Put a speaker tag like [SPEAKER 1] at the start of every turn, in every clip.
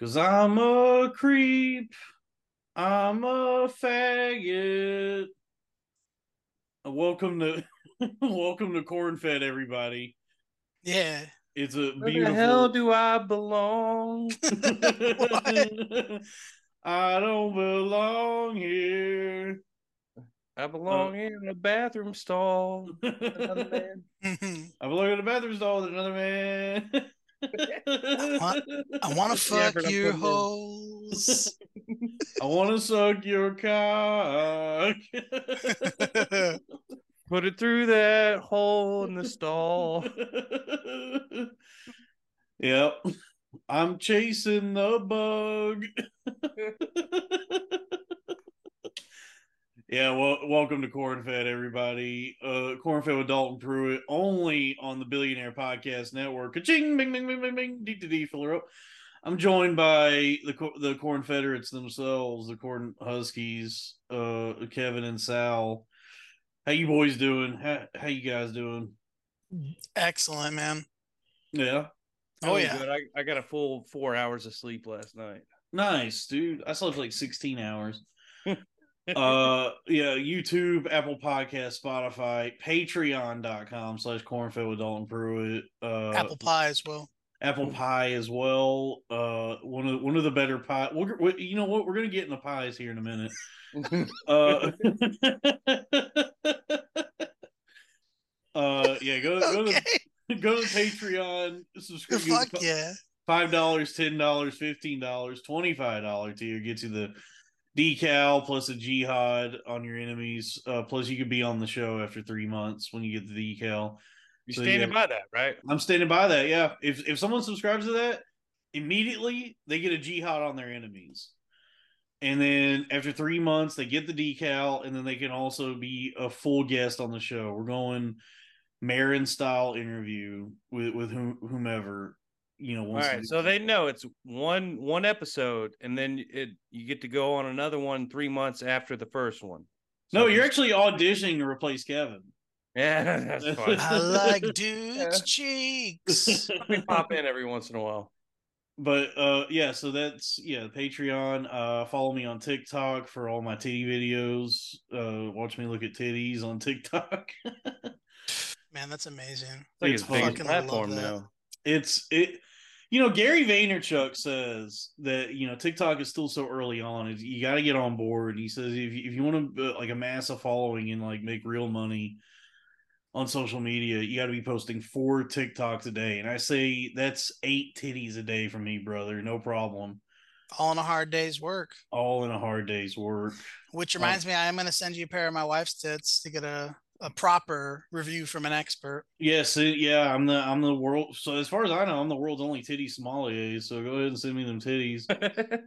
[SPEAKER 1] Cause I'm a creep. I'm a faggot. Welcome to welcome to Cornfed, everybody.
[SPEAKER 2] Yeah.
[SPEAKER 1] It's a Where
[SPEAKER 2] beautiful
[SPEAKER 1] the hell do I belong? I don't belong here.
[SPEAKER 3] I
[SPEAKER 1] belong
[SPEAKER 3] in a bathroom stall.
[SPEAKER 1] I
[SPEAKER 2] Mhm.
[SPEAKER 1] belong in a bathroom stall with another man.
[SPEAKER 2] I want to
[SPEAKER 3] That's the effort
[SPEAKER 2] fuck
[SPEAKER 3] I'm
[SPEAKER 2] your
[SPEAKER 3] putting in.
[SPEAKER 2] holes.
[SPEAKER 1] I want to suck your cock.
[SPEAKER 3] Put it through that hole in the
[SPEAKER 1] Oh,
[SPEAKER 3] stall.
[SPEAKER 1] yep. I'm chasing the bug. yeah, well, welcome to Cornfed, everybody. Uh, Cornfed with Dalton Pruitt, only on the Billionaire Podcast Network. Ka-ching, bing, bing, bing, bing, bing, dee, dee, dee, filler up. I'm joined by the Co- the Corn Federates themselves, the Corn Huskies, uh, Kevin and Sal. How you boys doing? How, how you guys doing?
[SPEAKER 2] Excellent, man.
[SPEAKER 1] Yeah.
[SPEAKER 2] Oh, yeah.
[SPEAKER 3] Good. I, I got a full four hours of sleep last night.
[SPEAKER 1] Nice, dude. I slept like 16 hours. uh yeah, YouTube, Apple Podcast, Spotify, Patreon.com slash cornfield with Dalton Pruitt. Uh
[SPEAKER 2] Apple pie as well.
[SPEAKER 1] Apple Pie as well. Uh one of one of the better pie. We're, we you know what? We're gonna get in the pies here in a minute. Uh, uh yeah, go go
[SPEAKER 2] Okay.
[SPEAKER 1] to go to Patreon, subscribe.
[SPEAKER 2] Fuck yeah.
[SPEAKER 1] five dollars, ten dollars, fifteen dollars, twenty-five dollar tier gets you the decal plus a jihad on your enemies. Uh, plus, you could be on the show after three months when you get the decal.
[SPEAKER 3] You're
[SPEAKER 1] So,
[SPEAKER 3] standing
[SPEAKER 1] yeah.
[SPEAKER 3] by that, right?
[SPEAKER 1] I'm standing by that. Yeah, if if someone subscribes to that, immediately they get a jihad on their enemies. And then after three months, they get the decal, and then they can also be a full guest on the show. We're going Marin style interview with with whom, whomever you know.
[SPEAKER 3] All
[SPEAKER 1] wants to
[SPEAKER 3] right.
[SPEAKER 1] do-
[SPEAKER 3] So they know it's one one episode, and then it you get to go on another one three months after the first one.
[SPEAKER 1] No,
[SPEAKER 3] So-
[SPEAKER 1] you're actually auditioning to replace Kevin.
[SPEAKER 3] yeah. That's fine.
[SPEAKER 2] I like dude's cheeks.
[SPEAKER 3] Pop in every once in a while.
[SPEAKER 1] but uh yeah, so that's yeah, Patreon. Uh follow me on TikTok for all my titty videos. Uh watch me look at titties on TikTok.
[SPEAKER 2] Man, that's amazing.
[SPEAKER 3] It's like
[SPEAKER 1] It's
[SPEAKER 3] his biggest
[SPEAKER 2] fucking- I love
[SPEAKER 3] platform
[SPEAKER 2] that.
[SPEAKER 3] now.
[SPEAKER 1] it's it you know, Gary Vaynerchuk says that you know TikTok is still so early on. It's- You got to get on board. He says if you- if you want to uh, like amass a following and like make real money on social media, you got to be posting four TikToks a day. And I say that's eight titties a day for me, brother. No problem.
[SPEAKER 2] All in a hard day's work.
[SPEAKER 1] All in a hard day's work.
[SPEAKER 2] Which reminds me, I am going to send you a pair of my wife's tits to get a, a proper review from an expert.
[SPEAKER 1] Yes, it- yeah. I'm the I'm the world. So as far as I know, I'm the world's only titty sommelier. So go ahead and send me them titties.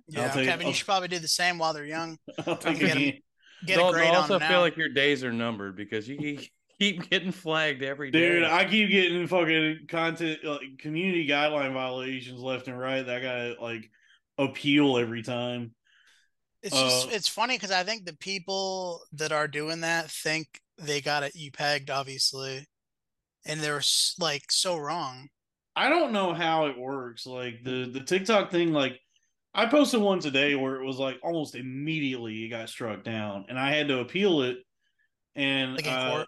[SPEAKER 2] Yeah,
[SPEAKER 1] take-
[SPEAKER 2] Kevin,
[SPEAKER 1] I'll-
[SPEAKER 2] you should probably do the same while they're young.
[SPEAKER 1] I'll take
[SPEAKER 2] Get 'em.
[SPEAKER 1] a-
[SPEAKER 2] Get
[SPEAKER 3] They'll-
[SPEAKER 2] a
[SPEAKER 3] they'll
[SPEAKER 2] grade on
[SPEAKER 3] also
[SPEAKER 2] them
[SPEAKER 3] feel
[SPEAKER 2] now.
[SPEAKER 3] like your days are numbered because you keep getting flagged every day.
[SPEAKER 1] Dude, I keep getting fucking content like community guideline violations left and right that I gotta like appeal every time.
[SPEAKER 2] It's just
[SPEAKER 1] Uh,
[SPEAKER 2] it's funny because I think the people that are doing that think they got it E epegged, obviously, and they're s- like so wrong.
[SPEAKER 1] I don't know how it works. Like the the TikTok thing, like I posted one today where it was like almost immediately it got struck down, and I had to appeal it. And
[SPEAKER 2] Like in
[SPEAKER 1] uh,
[SPEAKER 2] court,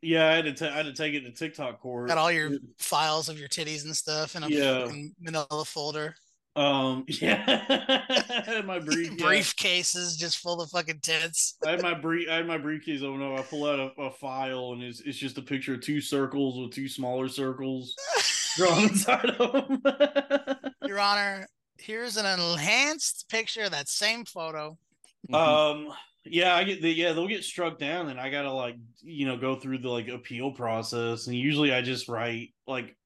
[SPEAKER 1] yeah, I had to ta- I had to take it to TikTok court.
[SPEAKER 2] got all your files of your titties and stuff in a
[SPEAKER 1] mm. Yeah.
[SPEAKER 2] fucking manila folder,
[SPEAKER 1] um yeah, I had my brief yeah.
[SPEAKER 2] briefcases just full of fucking tits.
[SPEAKER 1] I had my brief I had my briefcase. Oh no! I pull out a, a file and it's it's just a picture of two circles with two smaller circles drawn inside of them.
[SPEAKER 2] Your Honor, here's an enhanced picture of that same photo. Mm-hmm.
[SPEAKER 3] Mm-hmm.
[SPEAKER 1] um, yeah, I get the yeah they'll get struck down and I gotta like you know go through the like appeal process and usually I just write like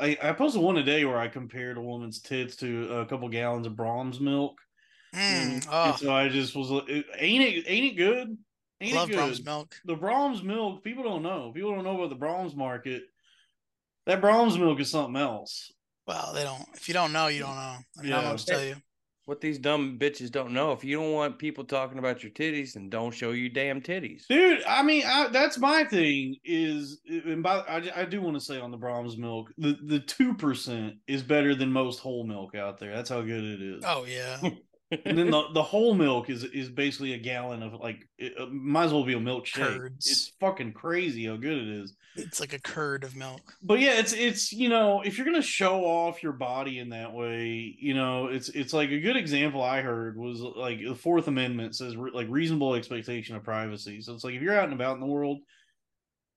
[SPEAKER 1] I, I posted one today where I compared a woman's tits to a couple gallons of Brahms milk.
[SPEAKER 2] Mm,
[SPEAKER 1] And-
[SPEAKER 2] oh,
[SPEAKER 1] and so I just was like, ain't it ain't it good? Ain't
[SPEAKER 2] love
[SPEAKER 1] it good?
[SPEAKER 2] Brahms milk.
[SPEAKER 1] the Brahms milk, people don't know. People don't know about the Brahms market. That Brahms milk is something else.
[SPEAKER 2] Well, they don't. If you don't know, you don't know. I mean, I'm
[SPEAKER 1] Yeah.
[SPEAKER 2] going to tell you.
[SPEAKER 3] what these dumb bitches don't know. If you don't want people talking about your titties, then don't show your damn titties.
[SPEAKER 1] Dude, I mean, I, that's my thing is, and by, I, I do want to say on the Brahms milk, the, the 2% is better than most whole milk out there. That's how good it is.
[SPEAKER 2] Oh yeah.
[SPEAKER 1] And then the, the whole milk is, is basically a gallon of like, it, uh, might as well be a milkshake.
[SPEAKER 2] Curds.
[SPEAKER 1] It's fucking crazy how good it is.
[SPEAKER 2] It's like a curd of milk.
[SPEAKER 1] but yeah it's it's you know if you're gonna show off your body in that way you know it's it's like a good example i heard was like the fourth amendment says re- like reasonable expectation of privacy so it's like if you're out and about in the world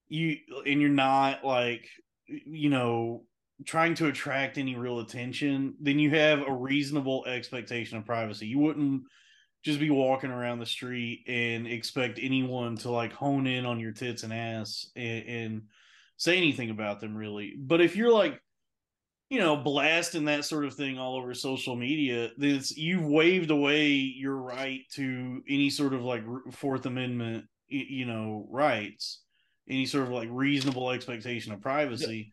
[SPEAKER 1] you and you're not like you know trying to attract any real attention then you have a reasonable expectation of privacy you wouldn't just be walking around the street and expect anyone to like hone in on your tits and ass and, and say anything about them really. But if you're like, you know, blasting that sort of thing all over social media, then it's, you've waved away your right to any sort of like r- Fourth Amendment, y- you know, rights, any sort of like reasonable expectation of privacy.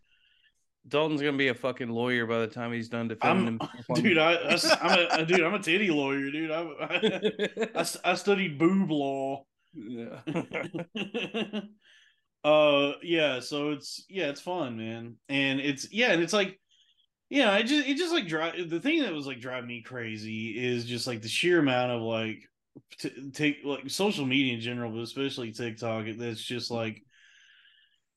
[SPEAKER 3] Dalton's gonna be a fucking lawyer by the time he's done defending
[SPEAKER 1] I'm-
[SPEAKER 3] himself. on-
[SPEAKER 1] Dude, I, I, am a dude, I'm a titty lawyer, dude. I, I, I s- I studied boob law.
[SPEAKER 3] Yeah.
[SPEAKER 1] uh yeah so it's yeah it's fun man and it's yeah and it's like yeah it just it just like drive the thing that was like driving me crazy is just like the sheer amount of like t- take like social media in general but especially tiktok that's just like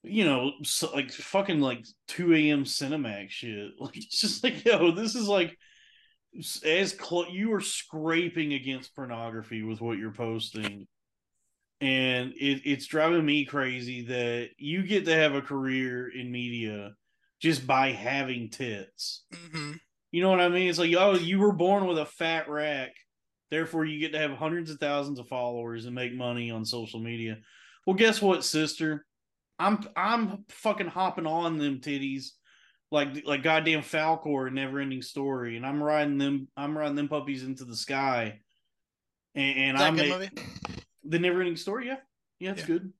[SPEAKER 1] you know so, like fucking like 2 a.m cinemax shit like it's just like yo this is like as close you are scraping against pornography with what you're posting and it, it's driving me crazy that you get to have a career in media just by having tits
[SPEAKER 2] hmm
[SPEAKER 1] you know what i mean it's like oh you were born with a fat rack therefore you get to have hundreds of thousands of followers and make money on social media well guess what sister i'm i'm fucking hopping on them titties like like goddamn falcor in never ending story and i'm riding them i'm riding them puppies into the sky and, and
[SPEAKER 2] Is that a
[SPEAKER 1] i'm
[SPEAKER 2] good
[SPEAKER 1] ma-
[SPEAKER 2] movie?
[SPEAKER 1] the Never Ending Story, yeah. Yeah, it's
[SPEAKER 2] Yeah.
[SPEAKER 1] good.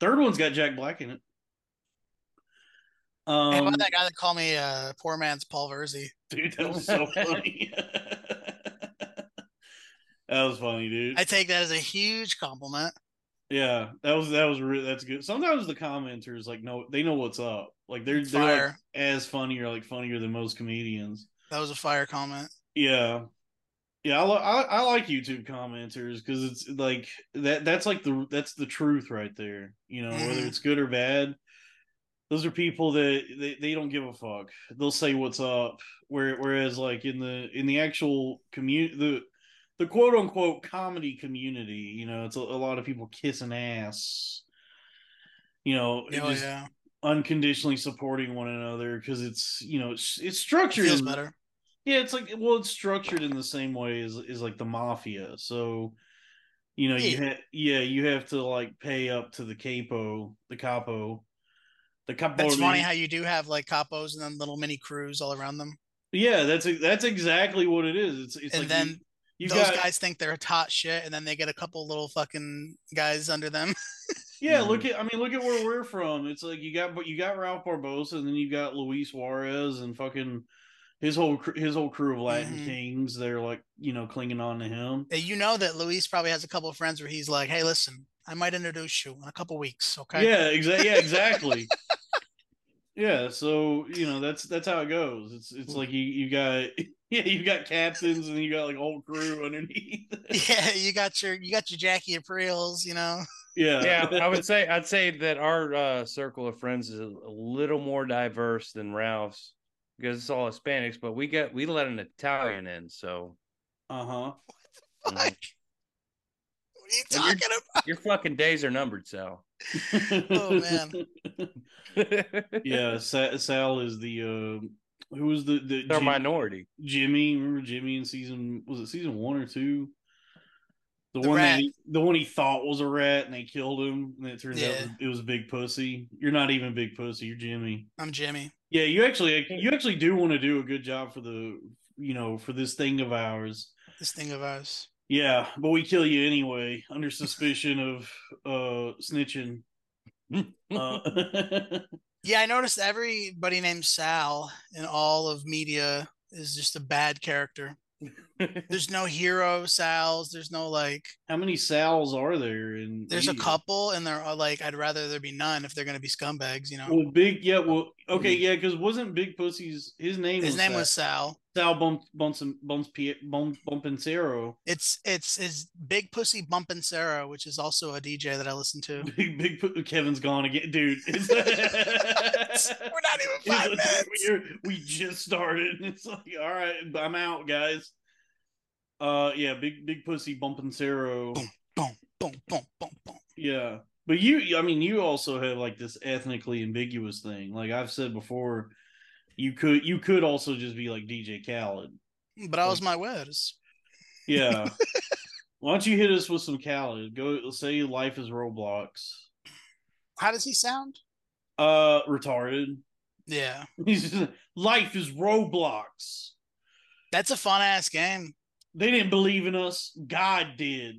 [SPEAKER 1] Third one's got Jack Black in it.
[SPEAKER 2] Hey,
[SPEAKER 1] Um,
[SPEAKER 2] about that guy that called me uh, poor man's Paul Verzi?
[SPEAKER 1] dude, that was so funny. that was funny, dude.
[SPEAKER 2] I take that as a huge compliment.
[SPEAKER 1] yeah, that was that was re- that's good. Sometimes the commenters like know they know what's up. Like they're they're like,
[SPEAKER 2] Fire.
[SPEAKER 1] as funny or like funnier than most comedians.
[SPEAKER 2] That was a fire comment.
[SPEAKER 1] Yeah. Yeah, I, li- I I like YouTube commenters because it's like that that's like the that's the truth right there. You know, whether
[SPEAKER 2] Mhm.
[SPEAKER 1] it's good or bad, those are people that they, they don't give a fuck. They'll say what's up. Where, whereas like in the in the actual community, the the quote unquote comedy community, you know, it's a, a lot of people kissing ass. You know,
[SPEAKER 2] Oh
[SPEAKER 1] just
[SPEAKER 2] yeah,
[SPEAKER 1] unconditionally supporting one another because it's you know it's, it's
[SPEAKER 2] It
[SPEAKER 1] structured
[SPEAKER 2] feels
[SPEAKER 1] in-
[SPEAKER 2] better.
[SPEAKER 1] yeah, it's like well, it's structured in the same way as is like the mafia. So, you know, you ha- yeah, you have to like pay up to the capo, the capo, the capo.
[SPEAKER 2] That's funny how you do have like capos and then little mini crews all around them,
[SPEAKER 1] yeah, that's e, that's exactly what it is. It's it's
[SPEAKER 2] and
[SPEAKER 1] like
[SPEAKER 2] then
[SPEAKER 1] you, you
[SPEAKER 2] those
[SPEAKER 1] got
[SPEAKER 2] guys think they're hot shit, and then they get a couple little fucking guys under them.
[SPEAKER 1] Yeah,
[SPEAKER 3] Mhm.
[SPEAKER 1] look at I mean look at where we're from. It's like you got but you got Ralph Barbosa and then you got Luis Suarez and fucking his whole cr- his whole crew of Latin
[SPEAKER 2] Mhm.
[SPEAKER 1] kings. They're like you know clinging on to him.
[SPEAKER 2] And You know that Luis probably has a couple of friends where he's like, "Hey, listen, I might introduce you in a couple weeks, okay?"
[SPEAKER 1] Yeah, exactly. Yeah, exactly. yeah, so you know that's that's how it goes. It's it's like you you got yeah you got captains and you got like whole crew underneath.
[SPEAKER 2] Yeah, you got your you got your Jackie Aprils, you know.
[SPEAKER 1] yeah,
[SPEAKER 3] yeah, I would say I'd say that our uh, circle of friends is a little more diverse than Ralph's because it's all Hispanics, but we got we let an Italian in, so
[SPEAKER 1] Uh huh.
[SPEAKER 3] Mhm.
[SPEAKER 2] Like, what are you
[SPEAKER 3] And you're-
[SPEAKER 2] talking
[SPEAKER 3] your fucking days are numbered, Sal.
[SPEAKER 2] Oh, man.
[SPEAKER 1] yeah, Sa- Sal is the uh, who was the the
[SPEAKER 3] They're
[SPEAKER 1] Jim-
[SPEAKER 3] minority.
[SPEAKER 1] Jimmy. Remember Jimmy in season was it season one or two? The,
[SPEAKER 2] The
[SPEAKER 1] one that
[SPEAKER 2] rat.
[SPEAKER 1] he, the one he thought was a rat and they killed him and it turns
[SPEAKER 2] Yeah.
[SPEAKER 1] out it was big pussy. You're not even big pussy. You're Jimmy.
[SPEAKER 2] about? I'm Jimmy.
[SPEAKER 1] Yeah, you actually you actually do want to do a good job for the you know for this thing of ours.
[SPEAKER 2] This thing of ours.
[SPEAKER 1] Yeah, but we kill you anyway under suspicion of uh snitching. Uh,
[SPEAKER 2] Yeah, I noticed everybody named Sal in all of media is just a bad character. There's no hero Sal's. There's no like.
[SPEAKER 1] how many Sal's are there? And
[SPEAKER 2] There's a couple, and there are like. I'd rather there be none if they're gonna be scumbags, you know.
[SPEAKER 1] Well, big yeah. Well, okay, yeah, because wasn't Big Pussy's his name?
[SPEAKER 2] His
[SPEAKER 1] was
[SPEAKER 2] name
[SPEAKER 1] Sal.
[SPEAKER 2] was Sal.
[SPEAKER 1] Sal Bump Bumps Bumps Pie- Bump Bumpancero.
[SPEAKER 2] It's it's is Big Pussy Bumpin' Sarah, which is also a DJ that I listen to.
[SPEAKER 1] Big Big Pu- Kevin's gone again, dude. It's-
[SPEAKER 2] We're not even five minutes.
[SPEAKER 1] We're- we just started. and It's like, all right, I'm out, guys. Uh, yeah, big big pussy Bumpancero.
[SPEAKER 2] Boom. Boom, boom, boom, boom, boom.
[SPEAKER 1] Yeah, but you, I mean, you also have like this ethnically ambiguous thing. Like I've said before, you could you could also just be like DJ Khaled.
[SPEAKER 2] But I was my words.
[SPEAKER 1] Yeah. Why don't you hit us with some Khaled? Go say life is Roblox.
[SPEAKER 2] How does he sound?
[SPEAKER 1] Uh, retarded.
[SPEAKER 2] Yeah.
[SPEAKER 1] He's just, life is Roblox.
[SPEAKER 2] That's a fun ass game.
[SPEAKER 1] They didn't believe in us. God did.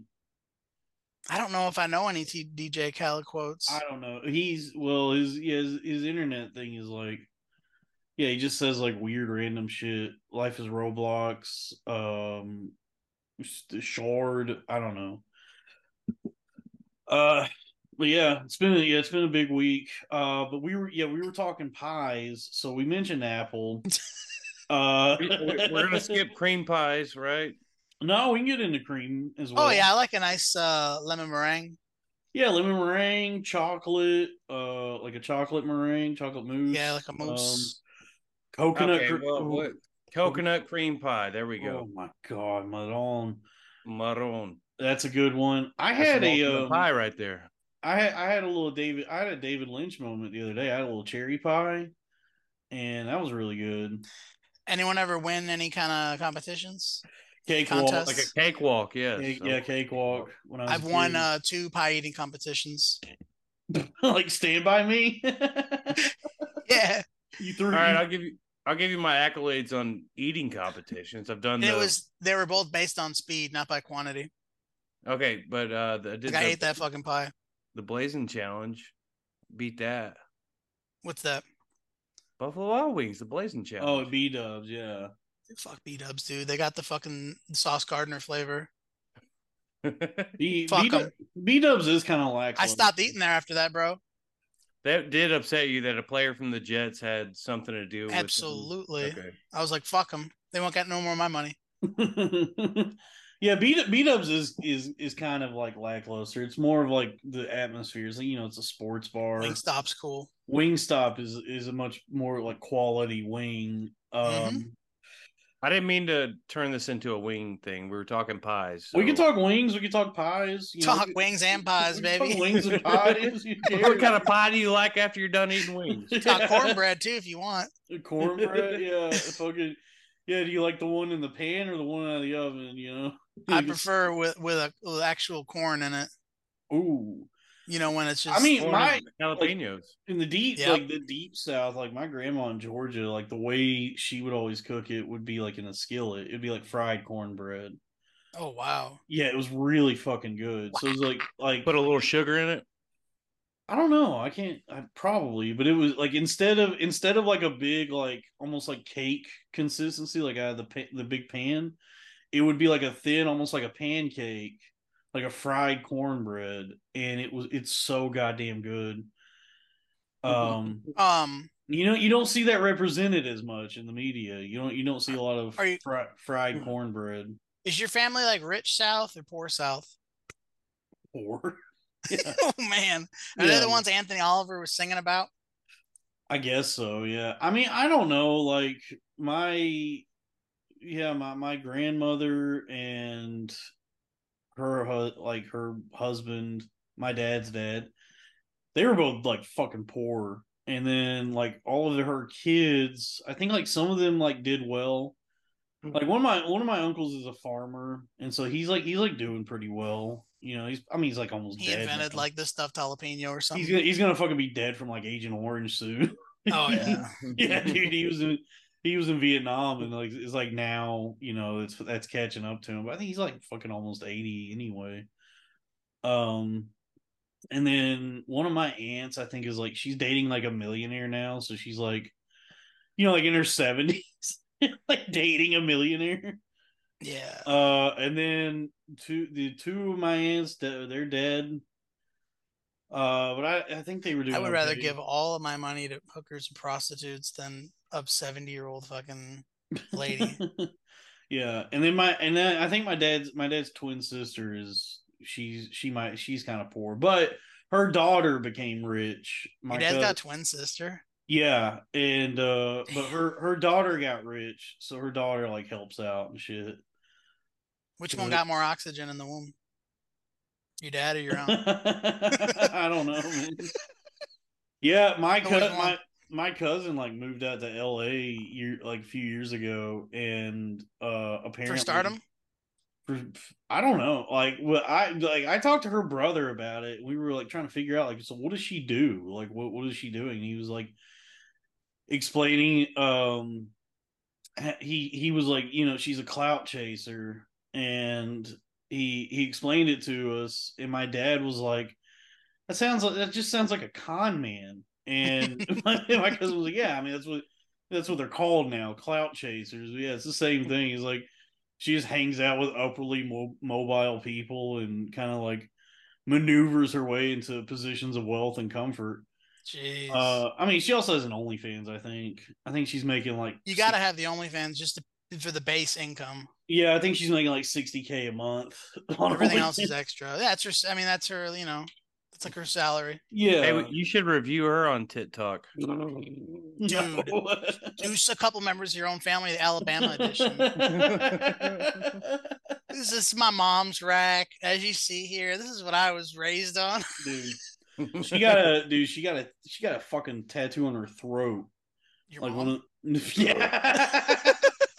[SPEAKER 2] I don't know if I know any T- DJ Khaled quotes.
[SPEAKER 1] I don't know. He's well, his yeah, his, his internet thing is like, yeah, he just says like weird random shit. Life is Roblox. Um, s- the shard. I don't know. Uh, but yeah, it's been a, yeah, it's been a big week. Uh, but we were yeah, we were talking pies, so we mentioned Apple. uh,
[SPEAKER 3] We- we- We're gonna skip cream pies, right?
[SPEAKER 1] No, we can get into cream as well.
[SPEAKER 2] oh yeah, I like a nice uh, lemon meringue.
[SPEAKER 1] Yeah, lemon meringue, chocolate, uh, like a chocolate meringue, chocolate mousse.
[SPEAKER 2] Yeah, like a mousse.
[SPEAKER 1] coconut.
[SPEAKER 3] Um, Okay,
[SPEAKER 1] cre-
[SPEAKER 3] well,
[SPEAKER 1] oh,
[SPEAKER 3] what? Coconut cream pie. There we
[SPEAKER 1] oh
[SPEAKER 3] go.
[SPEAKER 1] my god, Madon.
[SPEAKER 3] Maroon.
[SPEAKER 1] That's a good one. I
[SPEAKER 3] That's
[SPEAKER 1] had
[SPEAKER 3] an
[SPEAKER 1] a
[SPEAKER 3] ultimate
[SPEAKER 1] um,
[SPEAKER 3] pie right there.
[SPEAKER 1] I had I had a little David. I had a David Lynch moment the other day. I had a little cherry pie, and that was really good.
[SPEAKER 2] Anyone ever win any kind of competitions?
[SPEAKER 1] Cakewalk,
[SPEAKER 2] Contest?
[SPEAKER 1] like a
[SPEAKER 3] Cakewalk, yes.
[SPEAKER 1] cake, yeah, cakewalk. When I was
[SPEAKER 2] I've
[SPEAKER 1] a
[SPEAKER 2] won
[SPEAKER 1] kid.
[SPEAKER 2] uh, two pie eating competitions.
[SPEAKER 1] like Stand by Me.
[SPEAKER 2] Yeah,
[SPEAKER 1] you threw.
[SPEAKER 3] All right, I'll give you I'll give you my accolades on eating competitions. I've
[SPEAKER 1] Oh,
[SPEAKER 3] done
[SPEAKER 2] and it
[SPEAKER 3] those.
[SPEAKER 2] was they were both based on speed, not by quantity.
[SPEAKER 3] Okay, but uh the, I did
[SPEAKER 2] Like, I
[SPEAKER 3] the,
[SPEAKER 2] ate that fucking pie.
[SPEAKER 3] the blazing challenge. Beat that.
[SPEAKER 2] What's that?
[SPEAKER 3] Buffalo Wild Wings, the
[SPEAKER 1] oh,
[SPEAKER 3] blazing challenge.
[SPEAKER 1] B Dubs. Yeah.
[SPEAKER 2] Fuck B Dubs, dude. They got the fucking sauce gardener flavor.
[SPEAKER 1] B,
[SPEAKER 2] Fuck
[SPEAKER 1] B,
[SPEAKER 2] 'em.
[SPEAKER 1] B Dubs is kind of lax.
[SPEAKER 2] I stopped eating there after that, bro.
[SPEAKER 3] that did upset you that a player from the Jets had something to do with them.
[SPEAKER 2] Absolutely.
[SPEAKER 3] Okay.
[SPEAKER 2] I was like, fuck them. They won't get no more of my money.
[SPEAKER 1] yeah, beat beat ups is is is kind of like lackluster. It's more of like the atmosphere. It's like, you know, it's a sports bar.
[SPEAKER 2] Wingstop's cool.
[SPEAKER 1] Wingstop is is a much more like quality wing. Um,
[SPEAKER 2] Mm-hmm.
[SPEAKER 3] I didn't mean to turn this into a wing thing. We were talking pies.
[SPEAKER 1] We can
[SPEAKER 3] so-
[SPEAKER 1] talk wings. We can talk pies. You know,
[SPEAKER 2] Talk
[SPEAKER 1] we-
[SPEAKER 2] wings and
[SPEAKER 1] we
[SPEAKER 2] pies,
[SPEAKER 1] can talk
[SPEAKER 2] baby.
[SPEAKER 1] wings and pies. you
[SPEAKER 3] What kind
[SPEAKER 1] dare.
[SPEAKER 3] of pie do you like after you're done eating wings?
[SPEAKER 2] Talk cornbread too if you want.
[SPEAKER 1] Cornbread. Yeah, fucking. Yeah, do you like the one in the pan or the one out of the oven? You know,
[SPEAKER 2] I prefer with with a with actual corn in it.
[SPEAKER 1] Ooh,
[SPEAKER 2] You know when it's
[SPEAKER 1] I
[SPEAKER 2] just
[SPEAKER 1] mean,
[SPEAKER 3] Corn
[SPEAKER 1] my-
[SPEAKER 3] and jalapenos.
[SPEAKER 1] in the deep
[SPEAKER 2] Yep.
[SPEAKER 1] like the deep south like my grandma in georgia like the way she would always cook it would be like in a skillet it'd be like fried cornbread
[SPEAKER 2] oh wow.
[SPEAKER 1] yeah it was really fucking good so it was like like
[SPEAKER 3] Put a little sugar in it.
[SPEAKER 1] I don't know. I can't. I probably, but it was like instead of instead of like a big like almost like cake consistency, like out of the pa- the big pan, it would be like a thin, almost like a pancake, like a fried cornbread, and it was it's so goddamn good. Um,
[SPEAKER 2] Um,
[SPEAKER 1] you know, you don't see that represented as much in the media. You don't you don't see a lot of
[SPEAKER 2] Are you- Mm-hmm.
[SPEAKER 1] fri- fried cornbread
[SPEAKER 2] is your family like rich South or poor South?
[SPEAKER 1] or
[SPEAKER 2] oh man, are they
[SPEAKER 1] Yeah.
[SPEAKER 2] the ones Anthony Oliver was singing about?
[SPEAKER 1] I guess so, yeah. I mean, I don't know, like my yeah, my my grandmother and her hu- like her husband, my dad's dad, they were both like fucking poor. And then like all of her kids, I think like some of them like did well. Like one of my one of my uncles is a farmer, and so he's like he's like doing pretty well. You know, he's I mean he's like almost
[SPEAKER 2] He
[SPEAKER 1] dead
[SPEAKER 2] invented
[SPEAKER 1] now.
[SPEAKER 2] like the stuffed jalapeno or
[SPEAKER 1] he's
[SPEAKER 2] something.
[SPEAKER 1] gonna he's gonna fucking be dead from like Agent Orange soon.
[SPEAKER 2] Oh yeah,
[SPEAKER 1] yeah, dude, he was in he was in Vietnam, and like it's like now you know it's that's catching up to him. But I think he's like fucking almost eighty anyway. Um, and then one of my aunts, I think, is like she's dating like a millionaire now, so she's like, you know, like in her seventies, like dating a millionaire.
[SPEAKER 2] yeah.
[SPEAKER 1] Uh, and then two the two of my aunts, that- they're dead. Uh, but I, I think they were doing.
[SPEAKER 2] I would rather
[SPEAKER 1] okay.
[SPEAKER 2] give all of my money to hookers and prostitutes than a seventy-year-old fucking lady.
[SPEAKER 1] yeah, and then my and then I think my dad's my dad's twin sister is she's she might she's kind of poor, but her daughter became rich. My
[SPEAKER 2] Your dad's
[SPEAKER 1] cous-
[SPEAKER 2] got a twin sister.
[SPEAKER 1] yeah, and uh but her her daughter got rich, so her daughter like helps out and shit.
[SPEAKER 2] Which
[SPEAKER 1] Yeah,
[SPEAKER 2] one
[SPEAKER 1] but-
[SPEAKER 2] got more oxygen in the womb? Your dad or your aunt?
[SPEAKER 1] I don't know. man. Yeah, my
[SPEAKER 2] That
[SPEAKER 1] cou-
[SPEAKER 2] was one.
[SPEAKER 1] my my cousin like moved out to L.A. year like a few years ago, and uh apparently
[SPEAKER 2] For stardom?
[SPEAKER 1] for- I don't know. Like, what I like, I talked to her brother about it. We were like trying to figure out, like, so what does she do? Like, what what is she doing? And he was like explaining. Um, ha- he he was like, you know, she's a clout chaser, and he he explained it to us, and my dad was like, that sounds like that just sounds like a con man, and my, my cousin was like, yeah, I mean that's what that's what they're called now, clout chasers. Yeah, it's the same thing. He's like she just hangs out with upperly mo- mobile people and kind of like maneuvers her way into positions of wealth and comfort.
[SPEAKER 2] Jeez.
[SPEAKER 1] Uh, I mean, she also has an OnlyFans. I think. I think she's making like
[SPEAKER 2] you gotta have the OnlyFans just to, for the base income.
[SPEAKER 1] Yeah, I think she's making like sixty k a month. on
[SPEAKER 2] Everything else
[SPEAKER 1] OnlyFans.
[SPEAKER 2] is extra. That's her. s- I mean, that's her. You know, that's like her salary.
[SPEAKER 1] Yeah,
[SPEAKER 3] Hey, you should review her on TikTok.
[SPEAKER 1] No.
[SPEAKER 2] Do s- a couple members of your own family, the Alabama edition. this is my mom's rack, as you see here. This is what I was raised on.
[SPEAKER 1] dude, she got a dude. She got a she got a fucking tattoo on her throat.
[SPEAKER 2] Your
[SPEAKER 1] like
[SPEAKER 2] mom.
[SPEAKER 1] one of yeah.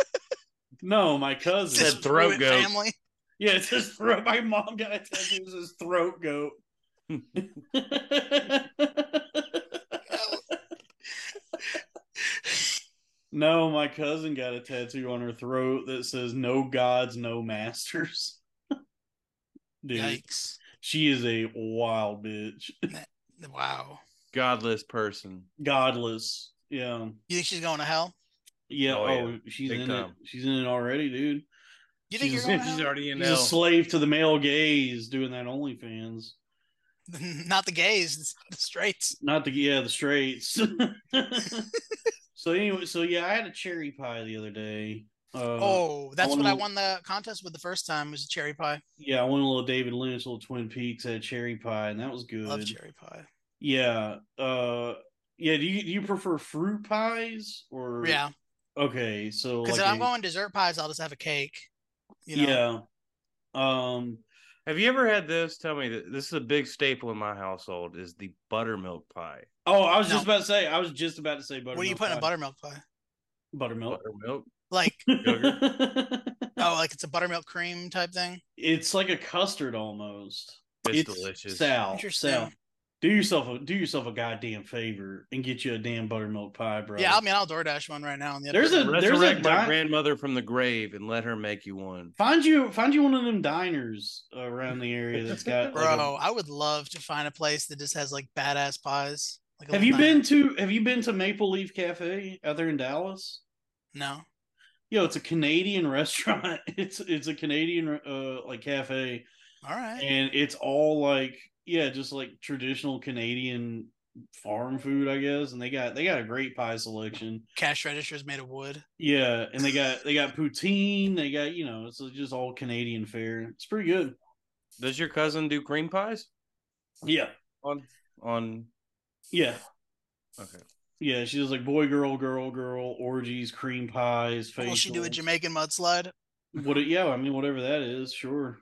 [SPEAKER 1] no, my cousin.
[SPEAKER 3] Said throat
[SPEAKER 2] ruined
[SPEAKER 3] goat.
[SPEAKER 2] family.
[SPEAKER 1] yeah, it's his throat. My mom got a tattoo. It was his throat goat. no, my cousin got a tattoo on her throat that says "No gods, no masters." Dude,
[SPEAKER 2] Yikes!
[SPEAKER 1] she is a wild bitch.
[SPEAKER 2] Wow.
[SPEAKER 3] Godless person.
[SPEAKER 1] Godless. Yeah.
[SPEAKER 2] You think she's going to hell?
[SPEAKER 1] Yeah.
[SPEAKER 3] Oh,
[SPEAKER 1] Oh,
[SPEAKER 3] yeah.
[SPEAKER 1] she's
[SPEAKER 3] Big
[SPEAKER 1] in
[SPEAKER 3] time.
[SPEAKER 1] it. She's in it already, dude.
[SPEAKER 2] You think
[SPEAKER 1] She's-
[SPEAKER 2] you're going
[SPEAKER 3] She's
[SPEAKER 2] to
[SPEAKER 3] already in
[SPEAKER 1] He's a
[SPEAKER 3] hell.
[SPEAKER 1] slave to the male gaze doing that OnlyFans.
[SPEAKER 2] hell? Not the gays, it's the straights.
[SPEAKER 1] Not the yeah, the straights. so anyway, so yeah, I had a cherry pie the other day. Uh,
[SPEAKER 2] oh, that's what I
[SPEAKER 1] wanna-
[SPEAKER 2] won the contest with the first time was cherry pie.
[SPEAKER 1] yeah, I went a little David Lynch, little Twin Peaks had cherry pie, and that was good.
[SPEAKER 2] Love cherry pie.
[SPEAKER 1] Yeah, uh, yeah. Do you do you prefer fruit pies or
[SPEAKER 2] Yeah,
[SPEAKER 1] Okay, so
[SPEAKER 2] because
[SPEAKER 1] like
[SPEAKER 2] if
[SPEAKER 1] a-
[SPEAKER 2] I'm going dessert pies, I'll just have a cake. You know?
[SPEAKER 1] yeah, um,
[SPEAKER 3] Have you ever had this? Tell me that this is a big staple in my household is the buttermilk pie.
[SPEAKER 1] Oh, I was just
[SPEAKER 2] No.
[SPEAKER 1] about to say. I was just about to say buttermilk.
[SPEAKER 2] What do you put in a
[SPEAKER 1] pie.
[SPEAKER 2] buttermilk pie?
[SPEAKER 1] buttermilk?
[SPEAKER 3] Buttermilk.
[SPEAKER 2] Like,
[SPEAKER 1] Buttermilk.
[SPEAKER 2] oh, like it's a buttermilk cream type thing.
[SPEAKER 1] it's like a custard almost.
[SPEAKER 3] It's, delicious.
[SPEAKER 1] Sal,
[SPEAKER 2] Interesting.
[SPEAKER 1] Sal. Do yourself a do yourself a goddamn favor and get you a damn buttermilk pie, bro.
[SPEAKER 2] Yeah, I mean, I'll DoorDash one right now. On the
[SPEAKER 1] There's
[SPEAKER 2] episode.
[SPEAKER 1] a-
[SPEAKER 3] Resurrect my
[SPEAKER 1] di-
[SPEAKER 3] grandmother from the grave and let her make you one.
[SPEAKER 1] find you find you one of them diners around the area that's got. like, a-
[SPEAKER 2] bro. I would love to find a place that just has like badass pies. Like a
[SPEAKER 1] have
[SPEAKER 2] little
[SPEAKER 1] you
[SPEAKER 2] diner.
[SPEAKER 1] been to Have you been to Maple Leaf Cafe out there in Dallas?
[SPEAKER 2] No.
[SPEAKER 1] Yo, it's a Canadian restaurant. It's it's a Canadian uh like cafe,
[SPEAKER 2] All right.
[SPEAKER 1] and it's all like yeah, just like traditional Canadian farm food, I guess. And they got they got a great pie selection.
[SPEAKER 2] Cash registers made of wood.
[SPEAKER 1] Yeah, and they got they got poutine. They got you know it's just all Canadian fare. It's pretty good.
[SPEAKER 3] Does your cousin do cream pies
[SPEAKER 1] Yeah,
[SPEAKER 3] on?
[SPEAKER 1] yeah,
[SPEAKER 3] Okay.
[SPEAKER 1] yeah. She does like boy, girl, girl, girl orgies, cream pies. Facials.
[SPEAKER 2] Will she do a Jamaican mudslide?
[SPEAKER 1] What? it- Yeah, I mean whatever that is. Sure.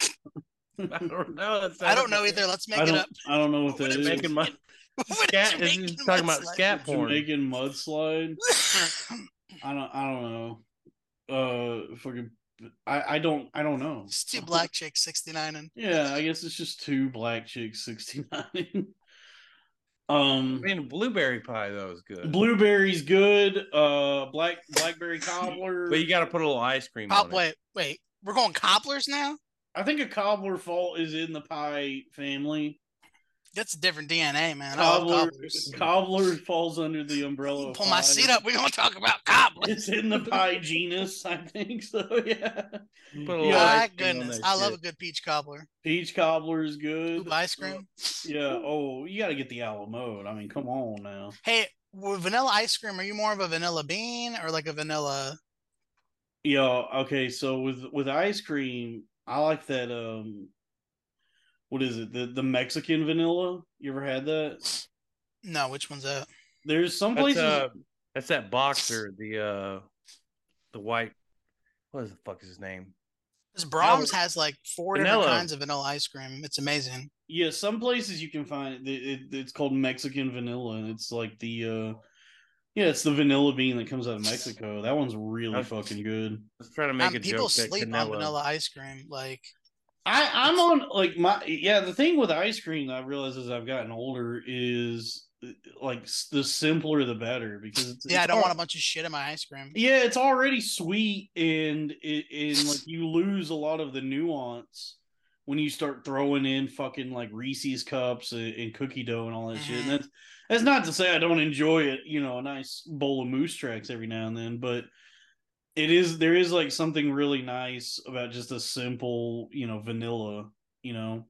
[SPEAKER 3] I don't know. That
[SPEAKER 2] I don't
[SPEAKER 3] sounds-
[SPEAKER 2] know either. Let's make
[SPEAKER 1] I
[SPEAKER 2] it
[SPEAKER 1] don't.
[SPEAKER 2] up.
[SPEAKER 1] I don't know what that
[SPEAKER 2] What
[SPEAKER 1] is.
[SPEAKER 3] Making my
[SPEAKER 2] What a
[SPEAKER 3] scat. This
[SPEAKER 2] Jamaican
[SPEAKER 3] is talking about
[SPEAKER 2] mudslide.
[SPEAKER 3] scat porn.
[SPEAKER 1] Jamaican mudslide. I don't. I don't know. Uh, fucking. I. I don't. I don't know.
[SPEAKER 2] It's two black chicks, 69 and
[SPEAKER 1] Yeah, I guess it's just two black chicks, sixty nine. um.
[SPEAKER 3] I mean, blueberry pie though is good.
[SPEAKER 1] Blueberry's good. Uh, black blackberry cobbler.
[SPEAKER 3] but you got to put a little ice cream.
[SPEAKER 2] Cop-
[SPEAKER 3] on it.
[SPEAKER 2] wait, wait. We're going cobblers now?
[SPEAKER 1] I think a cobbler fault is in the pie family.
[SPEAKER 2] That's a different DNA, man. I love
[SPEAKER 1] Cobbler,
[SPEAKER 2] cobblers.
[SPEAKER 1] cobbler falls under the umbrella. of
[SPEAKER 2] Pull my
[SPEAKER 1] pie.
[SPEAKER 2] seat up. We're gonna talk about cobblers.
[SPEAKER 1] It's in the pie genus, I think. So yeah,
[SPEAKER 3] Put a
[SPEAKER 1] Yeah.
[SPEAKER 3] little
[SPEAKER 2] my
[SPEAKER 3] ice cream on
[SPEAKER 2] goodness.
[SPEAKER 3] that
[SPEAKER 2] I love a
[SPEAKER 3] shit.
[SPEAKER 2] good peach cobbler.
[SPEAKER 1] peach cobbler is good.
[SPEAKER 2] Ooh, ice cream.
[SPEAKER 1] Yeah. Oh, you got to get the owl mode. I mean, come on now.
[SPEAKER 2] Hey, with vanilla ice cream, are you more of a vanilla bean or like a vanilla?
[SPEAKER 1] Yeah. Okay. So with with ice cream, I like that. Um, what is it? The the Mexican vanilla. You ever had that?
[SPEAKER 2] No, which one's that?
[SPEAKER 1] There's some
[SPEAKER 3] That's,
[SPEAKER 1] places.
[SPEAKER 3] uh, that's that boxer, the uh, the white. What the fuck is his name?
[SPEAKER 2] This Brahms has like four
[SPEAKER 3] Vanilla.
[SPEAKER 2] different kinds of vanilla ice cream. It's amazing.
[SPEAKER 1] Yeah, some places you can find it, it, it's called Mexican vanilla, and it's like the uh yeah, it's the vanilla bean that comes out of Mexico. That one's really
[SPEAKER 3] That's-
[SPEAKER 1] fucking good.
[SPEAKER 3] I was trying to make
[SPEAKER 2] Um,
[SPEAKER 3] a
[SPEAKER 2] people
[SPEAKER 3] joke.
[SPEAKER 2] sleep
[SPEAKER 3] that
[SPEAKER 2] on
[SPEAKER 3] Canelo-
[SPEAKER 2] vanilla ice cream. Like
[SPEAKER 1] I I'm on like my yeah. The thing with ice cream, I realize as I've gotten older, is like s- the simpler the better because it's,
[SPEAKER 2] yeah,
[SPEAKER 1] it's
[SPEAKER 2] I don't
[SPEAKER 1] al-
[SPEAKER 2] want a bunch of shit in my ice cream.
[SPEAKER 1] Yeah, it's already sweet, and it and like you lose a lot of the nuance when you start throwing in fucking like Reese's cups and, and cookie dough and all that shit. And
[SPEAKER 2] Mhm.
[SPEAKER 1] that's that's not to say I don't enjoy it, you know, a nice bowl of moose tracks every now and then, but it is there is like something really nice about just a simple, you know, vanilla, you know.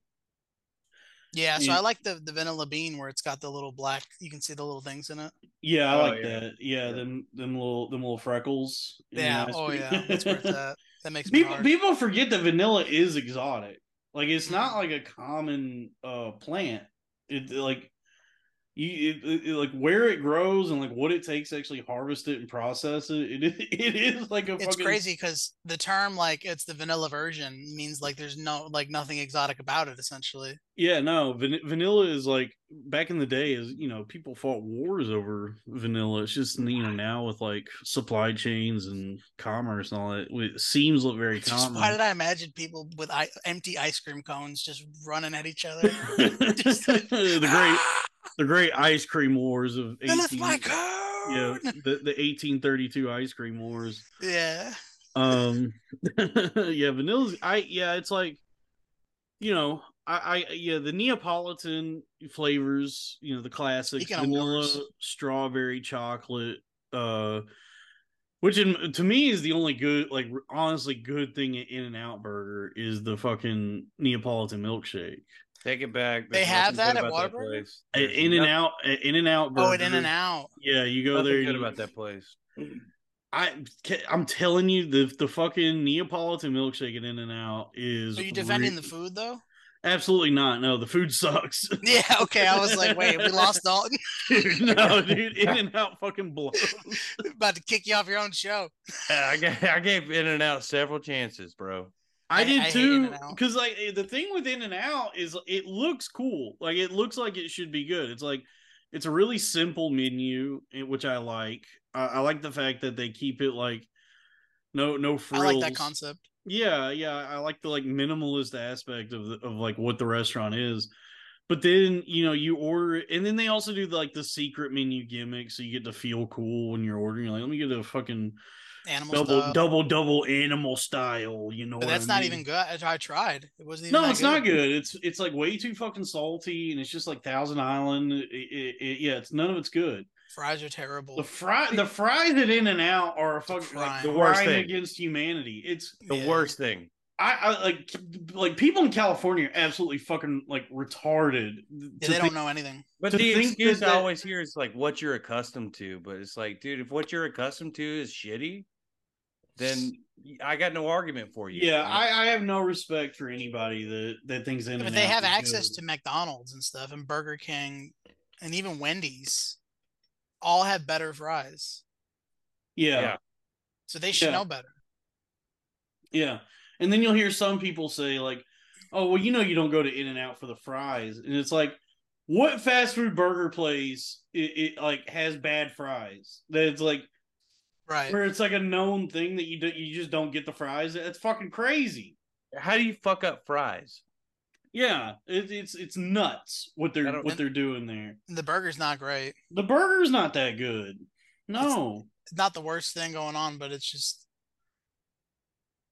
[SPEAKER 2] Yeah, so
[SPEAKER 1] Yeah.
[SPEAKER 2] I like the the vanilla bean where it's got the little black. You can see the little things in it.
[SPEAKER 1] Yeah, I
[SPEAKER 3] Oh,
[SPEAKER 1] like
[SPEAKER 3] yeah.
[SPEAKER 1] that. Yeah,
[SPEAKER 3] Yeah.
[SPEAKER 1] them them little them little freckles. in the
[SPEAKER 2] Yeah.
[SPEAKER 1] ice
[SPEAKER 2] Oh
[SPEAKER 1] cream.
[SPEAKER 2] yeah, that's where it's at. That makes me
[SPEAKER 1] people
[SPEAKER 2] hard.
[SPEAKER 1] people forget that vanilla is exotic like it's not like a common uh plant it like you it, it- it- like where it grows and like what it takes to actually harvest it and process it it, is- it is like a
[SPEAKER 2] It's
[SPEAKER 1] fucking
[SPEAKER 2] crazy because the term like it's the vanilla version means like there's no like nothing exotic about it essentially.
[SPEAKER 1] yeah no van- vanilla is like back in the day is you know people fought wars over vanilla it's just you know now with like supply chains and commerce and all that it seems look very
[SPEAKER 2] Just
[SPEAKER 1] common
[SPEAKER 2] why did I imagine people with I- empty ice cream cones just running at each other? Just like,
[SPEAKER 1] the great the great ice cream wars of
[SPEAKER 2] "Ah, that's my
[SPEAKER 1] 18 yeah
[SPEAKER 2] cone.
[SPEAKER 1] the, the 1832 ice cream wars
[SPEAKER 2] Yeah.
[SPEAKER 1] um yeah vanilla's i yeah it's like you know i i yeah the neapolitan flavors you know the classics
[SPEAKER 2] Speaking of
[SPEAKER 1] vanilla
[SPEAKER 2] wars.
[SPEAKER 1] strawberry chocolate uh which in, to me is the only good like honestly good thing in and out burger is the fucking neapolitan milkshake
[SPEAKER 3] Take it back.
[SPEAKER 2] They
[SPEAKER 3] There's
[SPEAKER 2] have
[SPEAKER 3] nothing
[SPEAKER 2] that
[SPEAKER 3] good
[SPEAKER 2] at
[SPEAKER 3] about that
[SPEAKER 2] Whataburger?
[SPEAKER 3] place.
[SPEAKER 1] At
[SPEAKER 3] There's
[SPEAKER 1] In and
[SPEAKER 3] nothing-
[SPEAKER 1] out, in and out.
[SPEAKER 2] Oh, it in and out.
[SPEAKER 1] Yeah, you go
[SPEAKER 3] nothing
[SPEAKER 1] there.
[SPEAKER 3] Good
[SPEAKER 1] you-
[SPEAKER 3] about that place.
[SPEAKER 1] I, I'm telling you, the the fucking Neapolitan milkshake at In and Out is.
[SPEAKER 2] Are you defending
[SPEAKER 1] re-
[SPEAKER 2] the food though?
[SPEAKER 1] Absolutely not. No, the food sucks.
[SPEAKER 2] Yeah, okay. I was like, wait, we lost Dalton.
[SPEAKER 1] Dude, no, dude, In and Out fucking blows.
[SPEAKER 2] About to kick you off your own show.
[SPEAKER 3] Yeah, I gave, I gave In and Out several chances, bro.
[SPEAKER 1] I
[SPEAKER 2] I-
[SPEAKER 1] did
[SPEAKER 2] I hate
[SPEAKER 1] too,
[SPEAKER 2] In-N-Out.
[SPEAKER 1] because like eh, the thing with In and Out is it looks cool. Like it looks like it should be good. It's like it's a really simple menu, eh, which I like. I, I like the fact that they keep it like no no frills.
[SPEAKER 2] I like that concept.
[SPEAKER 1] Yeah, yeah, I like the like minimalist aspect of the, of like what the restaurant is, But then you know you order it, and then they also do like the secret menu gimmick, so you get to feel cool when you're ordering. You're like, let me get a fucking
[SPEAKER 2] Animal
[SPEAKER 1] double,
[SPEAKER 2] style.
[SPEAKER 1] double, double animal style. You know,
[SPEAKER 2] But
[SPEAKER 1] what
[SPEAKER 2] that's
[SPEAKER 1] I
[SPEAKER 2] not
[SPEAKER 1] mean?
[SPEAKER 2] even good. I, I tried. It wasn't even.
[SPEAKER 1] No,
[SPEAKER 2] that
[SPEAKER 1] it's not good. It's it's like way too fucking salty, and it's just like Thousand Island. It- it- it- yeah, it's none of it's good.
[SPEAKER 2] Fries are terrible.
[SPEAKER 1] The fry, the fries at In and Out are a fucking like,
[SPEAKER 2] fry. The
[SPEAKER 3] worst
[SPEAKER 1] crime
[SPEAKER 3] thing.
[SPEAKER 1] against humanity. It's
[SPEAKER 3] The
[SPEAKER 2] Yeah.
[SPEAKER 3] worst thing.
[SPEAKER 1] I, I like like people in California are absolutely fucking like retarded.
[SPEAKER 2] Yeah,
[SPEAKER 1] to
[SPEAKER 2] they
[SPEAKER 1] think-
[SPEAKER 2] don't know anything.
[SPEAKER 3] But
[SPEAKER 1] To
[SPEAKER 3] the
[SPEAKER 1] think
[SPEAKER 3] excuse
[SPEAKER 1] that
[SPEAKER 3] I
[SPEAKER 1] the-
[SPEAKER 3] always hear is like what you're accustomed to. But it's like, dude, if what you're accustomed to is shitty, then I got no argument for you.
[SPEAKER 1] Yeah, I, I have no respect for anybody that that thinks in.
[SPEAKER 2] But they have access to McDonald's and stuff, and Burger King, and even Wendy's, all have better fries.
[SPEAKER 1] Yeah, yeah,
[SPEAKER 3] Yeah.
[SPEAKER 2] So they should
[SPEAKER 1] Yeah.
[SPEAKER 2] know better.
[SPEAKER 1] And then you'll hear some people say like, "Oh, well, you know, you don't go to In and Out for the fries," and it's like, what fast food burger place it, it like has bad fries? That it's like
[SPEAKER 2] Right.
[SPEAKER 1] where it's like a known thing that you do, you just don't get the fries. That's fucking crazy.
[SPEAKER 3] how do you fuck up fries?
[SPEAKER 1] Yeah, it, it's it's nuts what
[SPEAKER 3] I
[SPEAKER 1] they're
[SPEAKER 3] don't-
[SPEAKER 1] what they're doing there.
[SPEAKER 2] And the burger's not great.
[SPEAKER 1] The burger's not that good. No,
[SPEAKER 2] It's not the worst thing going on, but it's just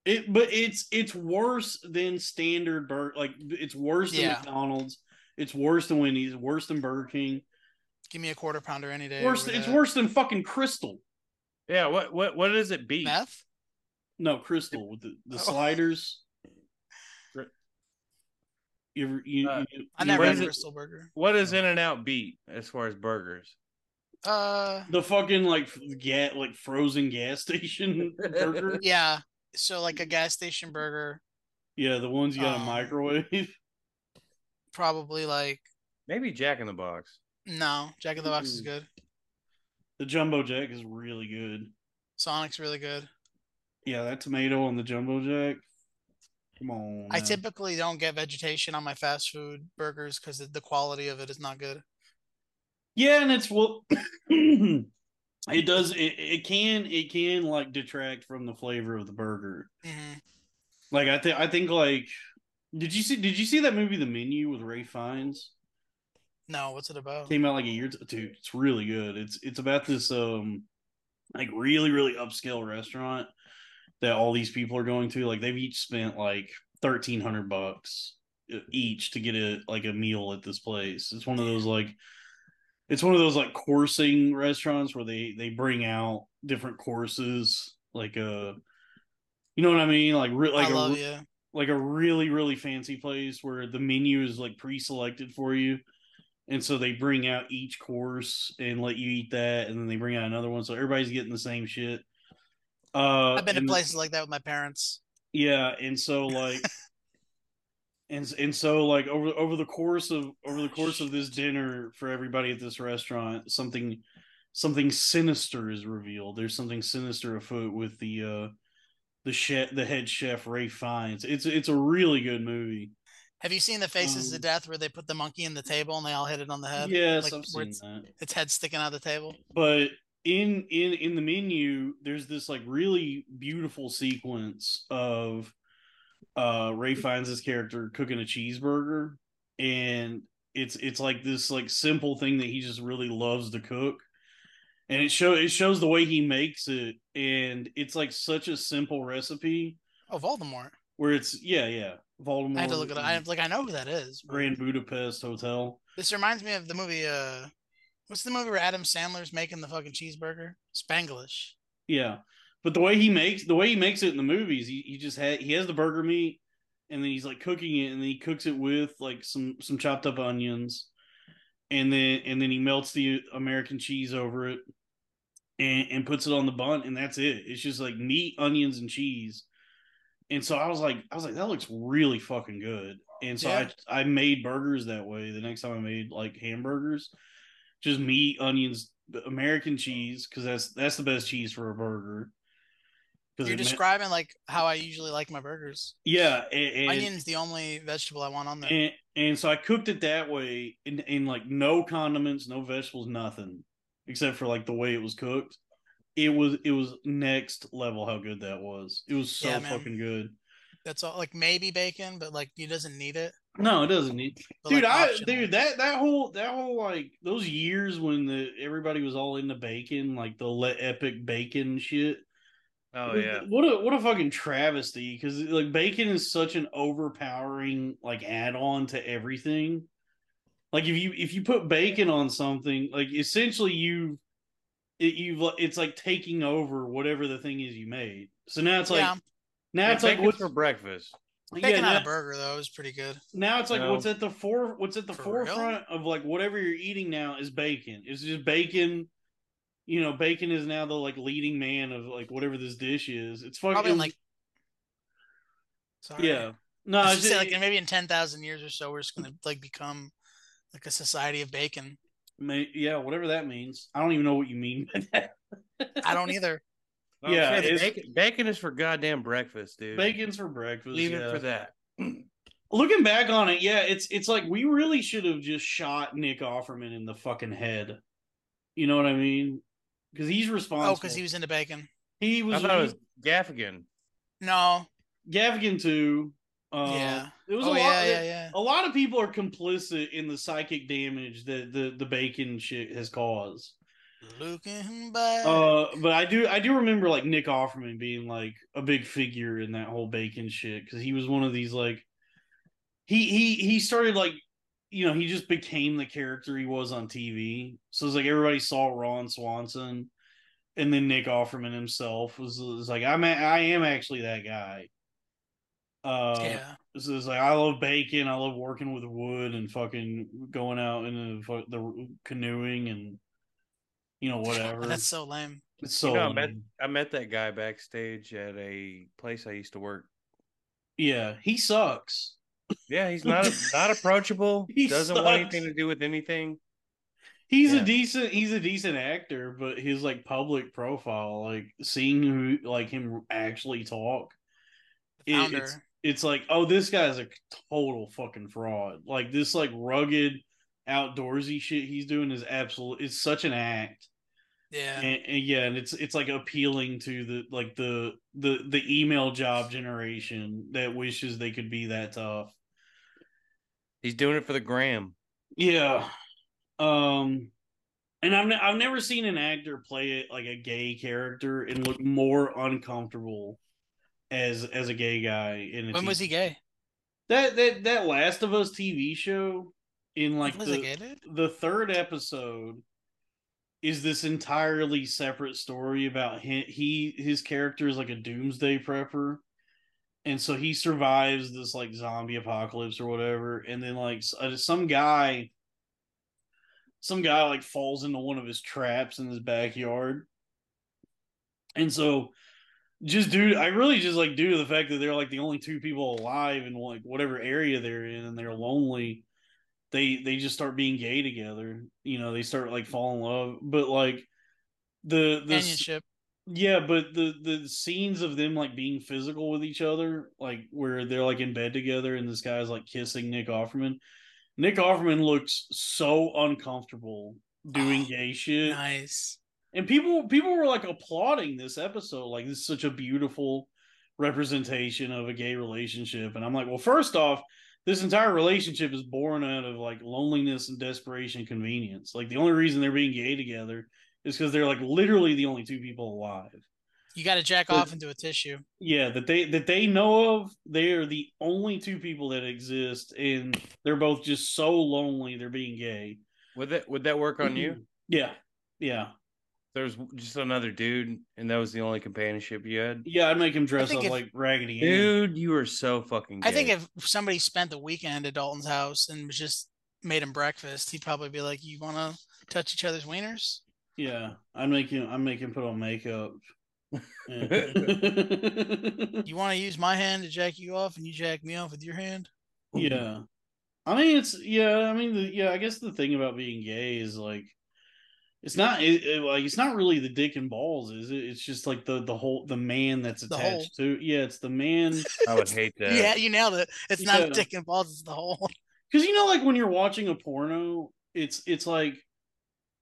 [SPEAKER 1] it but it's it's worse than standard burger. Like it's worse than
[SPEAKER 2] Yeah.
[SPEAKER 1] McDonald's. It's worse than Wendy's. Worse than Burger King.
[SPEAKER 2] give me a quarter pounder any day.
[SPEAKER 1] Worse.
[SPEAKER 2] over
[SPEAKER 1] It's
[SPEAKER 2] that.
[SPEAKER 1] worse than fucking Crystal.
[SPEAKER 3] Yeah, what what what does it be?
[SPEAKER 2] Meth.
[SPEAKER 1] No, Crystal with the, the
[SPEAKER 2] Oh.
[SPEAKER 1] sliders. You, ever- you,
[SPEAKER 3] Uh,
[SPEAKER 1] you-
[SPEAKER 2] I
[SPEAKER 1] you
[SPEAKER 2] never
[SPEAKER 3] Where
[SPEAKER 1] ever-
[SPEAKER 2] had
[SPEAKER 3] is
[SPEAKER 2] a
[SPEAKER 3] it-
[SPEAKER 2] Crystal Burger.
[SPEAKER 3] What does In and Out beat as far as burgers?
[SPEAKER 2] Uh,
[SPEAKER 1] the fucking like gas like frozen gas station burger.
[SPEAKER 2] yeah. So like a gas station burger,
[SPEAKER 1] Yeah, the ones you got to
[SPEAKER 2] Um,
[SPEAKER 1] microwave.
[SPEAKER 2] probably like
[SPEAKER 3] Maybe Jack in the Box.
[SPEAKER 2] no. Jack in the Box is
[SPEAKER 1] Mm.
[SPEAKER 2] good.
[SPEAKER 1] The jumbo jack is really good.
[SPEAKER 2] Sonic's really good.
[SPEAKER 1] Yeah, that tomato on the jumbo jack. Come on.
[SPEAKER 2] I
[SPEAKER 1] now.
[SPEAKER 2] typically don't get vegetation on my fast food burgers because the quality of it is not good.
[SPEAKER 1] Yeah, and it's well, it does. It, it can it can like detract from the flavor of the burger.
[SPEAKER 2] hmm
[SPEAKER 1] Like I think I think like did you see did you see that movie The Menu with Ray Fiennes?
[SPEAKER 2] No, what's it about?
[SPEAKER 1] Came out like a year t- dude. It's really good. It's it's about this um like really really upscale restaurant that all these people are going to. Like they've each spent like thirteen hundred bucks uh, each to get a like a meal at this place. It's one of those like it's one of those like coursing restaurants where they they bring out different courses like uh you know what I mean like re- like
[SPEAKER 2] I
[SPEAKER 1] a
[SPEAKER 2] love
[SPEAKER 1] re-
[SPEAKER 2] you.
[SPEAKER 1] like a really really fancy place where the menu is like pre-selected for you and so they bring out each course and let you eat that and then they bring out another one so everybody's getting the same shit uh
[SPEAKER 2] I've been to
[SPEAKER 1] and-
[SPEAKER 2] places like that with my parents.
[SPEAKER 1] yeah and so like and and so like over over the course of over the course of this dinner for everybody at this restaurant something something sinister is revealed there's something sinister afoot with the uh the chef the head chef ray Fiennes. it's it's a really good movie
[SPEAKER 2] Have you seen the Faces
[SPEAKER 1] Um,
[SPEAKER 2] of Death where they put the monkey in the table and they all hit it on the head?
[SPEAKER 1] yes
[SPEAKER 2] Uh, like,
[SPEAKER 1] i've
[SPEAKER 2] where
[SPEAKER 1] seen
[SPEAKER 2] it's-
[SPEAKER 1] that
[SPEAKER 2] Its head sticking out of the table.
[SPEAKER 1] but in in in the menu there's this like really beautiful sequence of uh ray finds his character cooking a cheeseburger and it's it's like this like simple thing that he just really loves to cook and it show it shows the way he makes it and it's like such a simple recipe
[SPEAKER 2] Oh, Voldemort.
[SPEAKER 1] where it's yeah yeah Voldemort
[SPEAKER 2] I had to look it up. I
[SPEAKER 1] and
[SPEAKER 2] like I know who that is. but-
[SPEAKER 1] Grand Budapest Hotel
[SPEAKER 2] This reminds me of the movie uh what's the movie where Adam Sandler's making the fucking cheeseburger? Spanglish.
[SPEAKER 1] Yeah, but the way he makes the way he makes it in the movies, he, he just had he has the burger meat, and then he's like cooking it, and then he cooks it with like some some chopped up onions, and then and then he melts the American cheese over it, and and puts it on the bun, and that's it. It's just like meat, onions, and cheese. And so I was like, I was like, that looks really fucking good. And so
[SPEAKER 2] Yeah.
[SPEAKER 1] I I made burgers that way. The next time I made like hamburgers, just meat, onions, American cheese, because that's that's the best cheese for a burger. 'Cause
[SPEAKER 2] You're
[SPEAKER 1] it ma-
[SPEAKER 2] describing like how I usually like my burgers.
[SPEAKER 1] yeah, and, and,
[SPEAKER 2] Onion's the only vegetable I want on there.
[SPEAKER 1] and and so I cooked it that way, and and like no condiments, no vegetables, nothing, except for like the way it was cooked. It was it was next level how good that was. It was so
[SPEAKER 2] Yeah, man.
[SPEAKER 1] fucking good.
[SPEAKER 2] That's all like maybe bacon, but like he doesn't need it.
[SPEAKER 1] No, it doesn't need.
[SPEAKER 2] but,
[SPEAKER 1] Dude,
[SPEAKER 2] like,
[SPEAKER 1] I
[SPEAKER 2] optional.
[SPEAKER 1] dude that that whole that whole like those years when the everybody was all into bacon, like the let epic bacon shit.
[SPEAKER 3] Oh
[SPEAKER 1] Dude,
[SPEAKER 3] yeah.
[SPEAKER 1] What a what a fucking travesty because like bacon is such an overpowering like add on to everything. Like if you if you put bacon on something, like essentially you it you've it's like taking over whatever the thing is you made. So now it's like
[SPEAKER 2] yeah,
[SPEAKER 1] now it's like
[SPEAKER 3] bacon
[SPEAKER 1] what's
[SPEAKER 3] for breakfast.
[SPEAKER 1] yeah,
[SPEAKER 2] bacon on
[SPEAKER 1] now-
[SPEAKER 2] a burger though is pretty good.
[SPEAKER 1] now it's like
[SPEAKER 3] No.
[SPEAKER 1] what's at the fore what's at the
[SPEAKER 2] For real?
[SPEAKER 1] forefront of like whatever you're eating now is bacon. It's just bacon. You know, bacon is now the like leading man of like whatever this dish is. It's fucking
[SPEAKER 2] Probably in, like. Sorry.
[SPEAKER 1] yeah. No,
[SPEAKER 2] I
[SPEAKER 1] it's
[SPEAKER 2] should say
[SPEAKER 1] just,
[SPEAKER 2] like in- maybe in ten thousand years or so, we're just gonna like become like a society of bacon.
[SPEAKER 1] ma- yeah, whatever that means. I don't even know what you mean by that.
[SPEAKER 2] I don't either.
[SPEAKER 3] I'm
[SPEAKER 1] Yeah,
[SPEAKER 3] saying
[SPEAKER 1] it's-
[SPEAKER 3] Oh, bacon, bacon is for goddamn breakfast, dude.
[SPEAKER 1] Bacon's for breakfast.
[SPEAKER 3] Leave
[SPEAKER 1] yeah.
[SPEAKER 3] it for that.
[SPEAKER 1] Looking back on it, yeah, it's it's like we really should have just shot Nick Offerman in the fucking head. You know what I mean? Because he's responsible.
[SPEAKER 2] Oh, because he was into bacon.
[SPEAKER 1] he
[SPEAKER 3] I
[SPEAKER 1] was,
[SPEAKER 3] thought it was Gaffigan.
[SPEAKER 2] No.
[SPEAKER 1] Gaffigan too. Um,
[SPEAKER 2] yeah.
[SPEAKER 1] it was
[SPEAKER 2] Oh
[SPEAKER 1] a lot.
[SPEAKER 2] yeah, yeah, yeah.
[SPEAKER 1] A lot of people are complicit in the psychic damage that the the bacon shit has caused.
[SPEAKER 2] Looking back.
[SPEAKER 1] Uh, but I do I do remember like Nick Offerman being like a big figure in that whole bacon shit because he was one of these like he he he started like you know he just became the character he was on TV. So it's like everybody saw Ron Swanson, and then Nick Offerman himself was, was like I'm a, I am actually that guy. Uh,
[SPEAKER 2] yeah.
[SPEAKER 1] so it's like I love bacon. I love working with wood and fucking going out in the fu- the canoeing and you know whatever.
[SPEAKER 2] That's so lame.
[SPEAKER 1] it's so
[SPEAKER 3] You know, I bet-
[SPEAKER 1] lame.
[SPEAKER 3] I met that guy backstage at a place I used to work.
[SPEAKER 1] yeah. He sucks.
[SPEAKER 3] Yeah, he's not not approachable.
[SPEAKER 1] He
[SPEAKER 3] doesn't want
[SPEAKER 1] sucks.
[SPEAKER 3] anything to do with anything.
[SPEAKER 1] He's
[SPEAKER 3] Yeah.
[SPEAKER 1] a decent. He's a decent actor, but his like public profile, like seeing who like him actually talk,
[SPEAKER 2] The
[SPEAKER 1] It-
[SPEAKER 2] founder.
[SPEAKER 1] it's like oh this guy's a total fucking fraud. Like this like rugged outdoorsy shit he's doing is absolute. It's such an act.
[SPEAKER 2] yeah.
[SPEAKER 1] and, and yeah and it's it's like appealing to the like the the the email job generation that wishes they could be that tough
[SPEAKER 3] He's doing it for the gram.
[SPEAKER 1] yeah um and i've, ne- I've never seen an actor play it like a gay character and look more uncomfortable as as a gay guy in a
[SPEAKER 2] when was
[SPEAKER 1] TV
[SPEAKER 2] he gay?
[SPEAKER 1] that that that last of us tv show in like
[SPEAKER 2] was
[SPEAKER 1] the,
[SPEAKER 2] he gay, dude?
[SPEAKER 1] the third episode is this entirely separate story about him, he his character is like a doomsday prepper and so he survives this like zombie apocalypse or whatever and then like s- uh, some guy some guy like falls into one of his traps in his backyard and so just due i really just like due to the fact that they're like the only two people alive in like whatever area they're in and they're lonely they they just start being gay together you know they start like falling in love but like the the s-
[SPEAKER 2] Companionship.
[SPEAKER 1] yeah, but the the scenes of them like being physical with each other, like where they're like in bed together and this guy's like kissing Nick Offerman. Nick Offerman looks so uncomfortable doing
[SPEAKER 2] Oh,
[SPEAKER 1] gay shit.
[SPEAKER 2] Nice.
[SPEAKER 1] And people people were like applauding this episode like this is such a beautiful representation of a gay relationship and I'm like, "Well, first off, this entire relationship is born out of like loneliness and desperation and convenience. Like the only reason they're being gay together is cuz they're like literally the only two people alive."
[SPEAKER 2] You got to jack
[SPEAKER 1] But-
[SPEAKER 2] off into a tissue.
[SPEAKER 1] Yeah, that they that they know of, they are the only two people that exist, and they're both just so lonely. They're being gay.
[SPEAKER 3] Would that would that work on you?
[SPEAKER 1] Yeah, yeah,
[SPEAKER 3] There's just another dude, and that was the only companionship you had.
[SPEAKER 1] yeah. I'd make him dress
[SPEAKER 2] think
[SPEAKER 1] up
[SPEAKER 2] if-
[SPEAKER 1] like Raggedy Ann.
[SPEAKER 3] Dude, you are so fucking. Gay.
[SPEAKER 2] I think if somebody spent the weekend at Dalton's house and was just made him breakfast, he'd probably be like, "You want to touch each other's wieners?"
[SPEAKER 1] Yeah, I'd make him. I'd make him put on makeup. Yeah.
[SPEAKER 2] You want to use my hand to jack you off, and you jack me off with your hand?
[SPEAKER 1] yeah, I mean it's yeah. I mean the, yeah. I guess the thing about being gay is like. It's not it, it- like it's not really the dick and balls, is it? It's just like the the whole the man that's
[SPEAKER 2] The hole.
[SPEAKER 1] attached to. Yeah, it's the man
[SPEAKER 3] I would hate that.
[SPEAKER 2] Yeah, you nailed it. It's not
[SPEAKER 1] Yeah.
[SPEAKER 2] a dick and balls; it's the whole.
[SPEAKER 1] because you know like when you're watching a porno it's it's like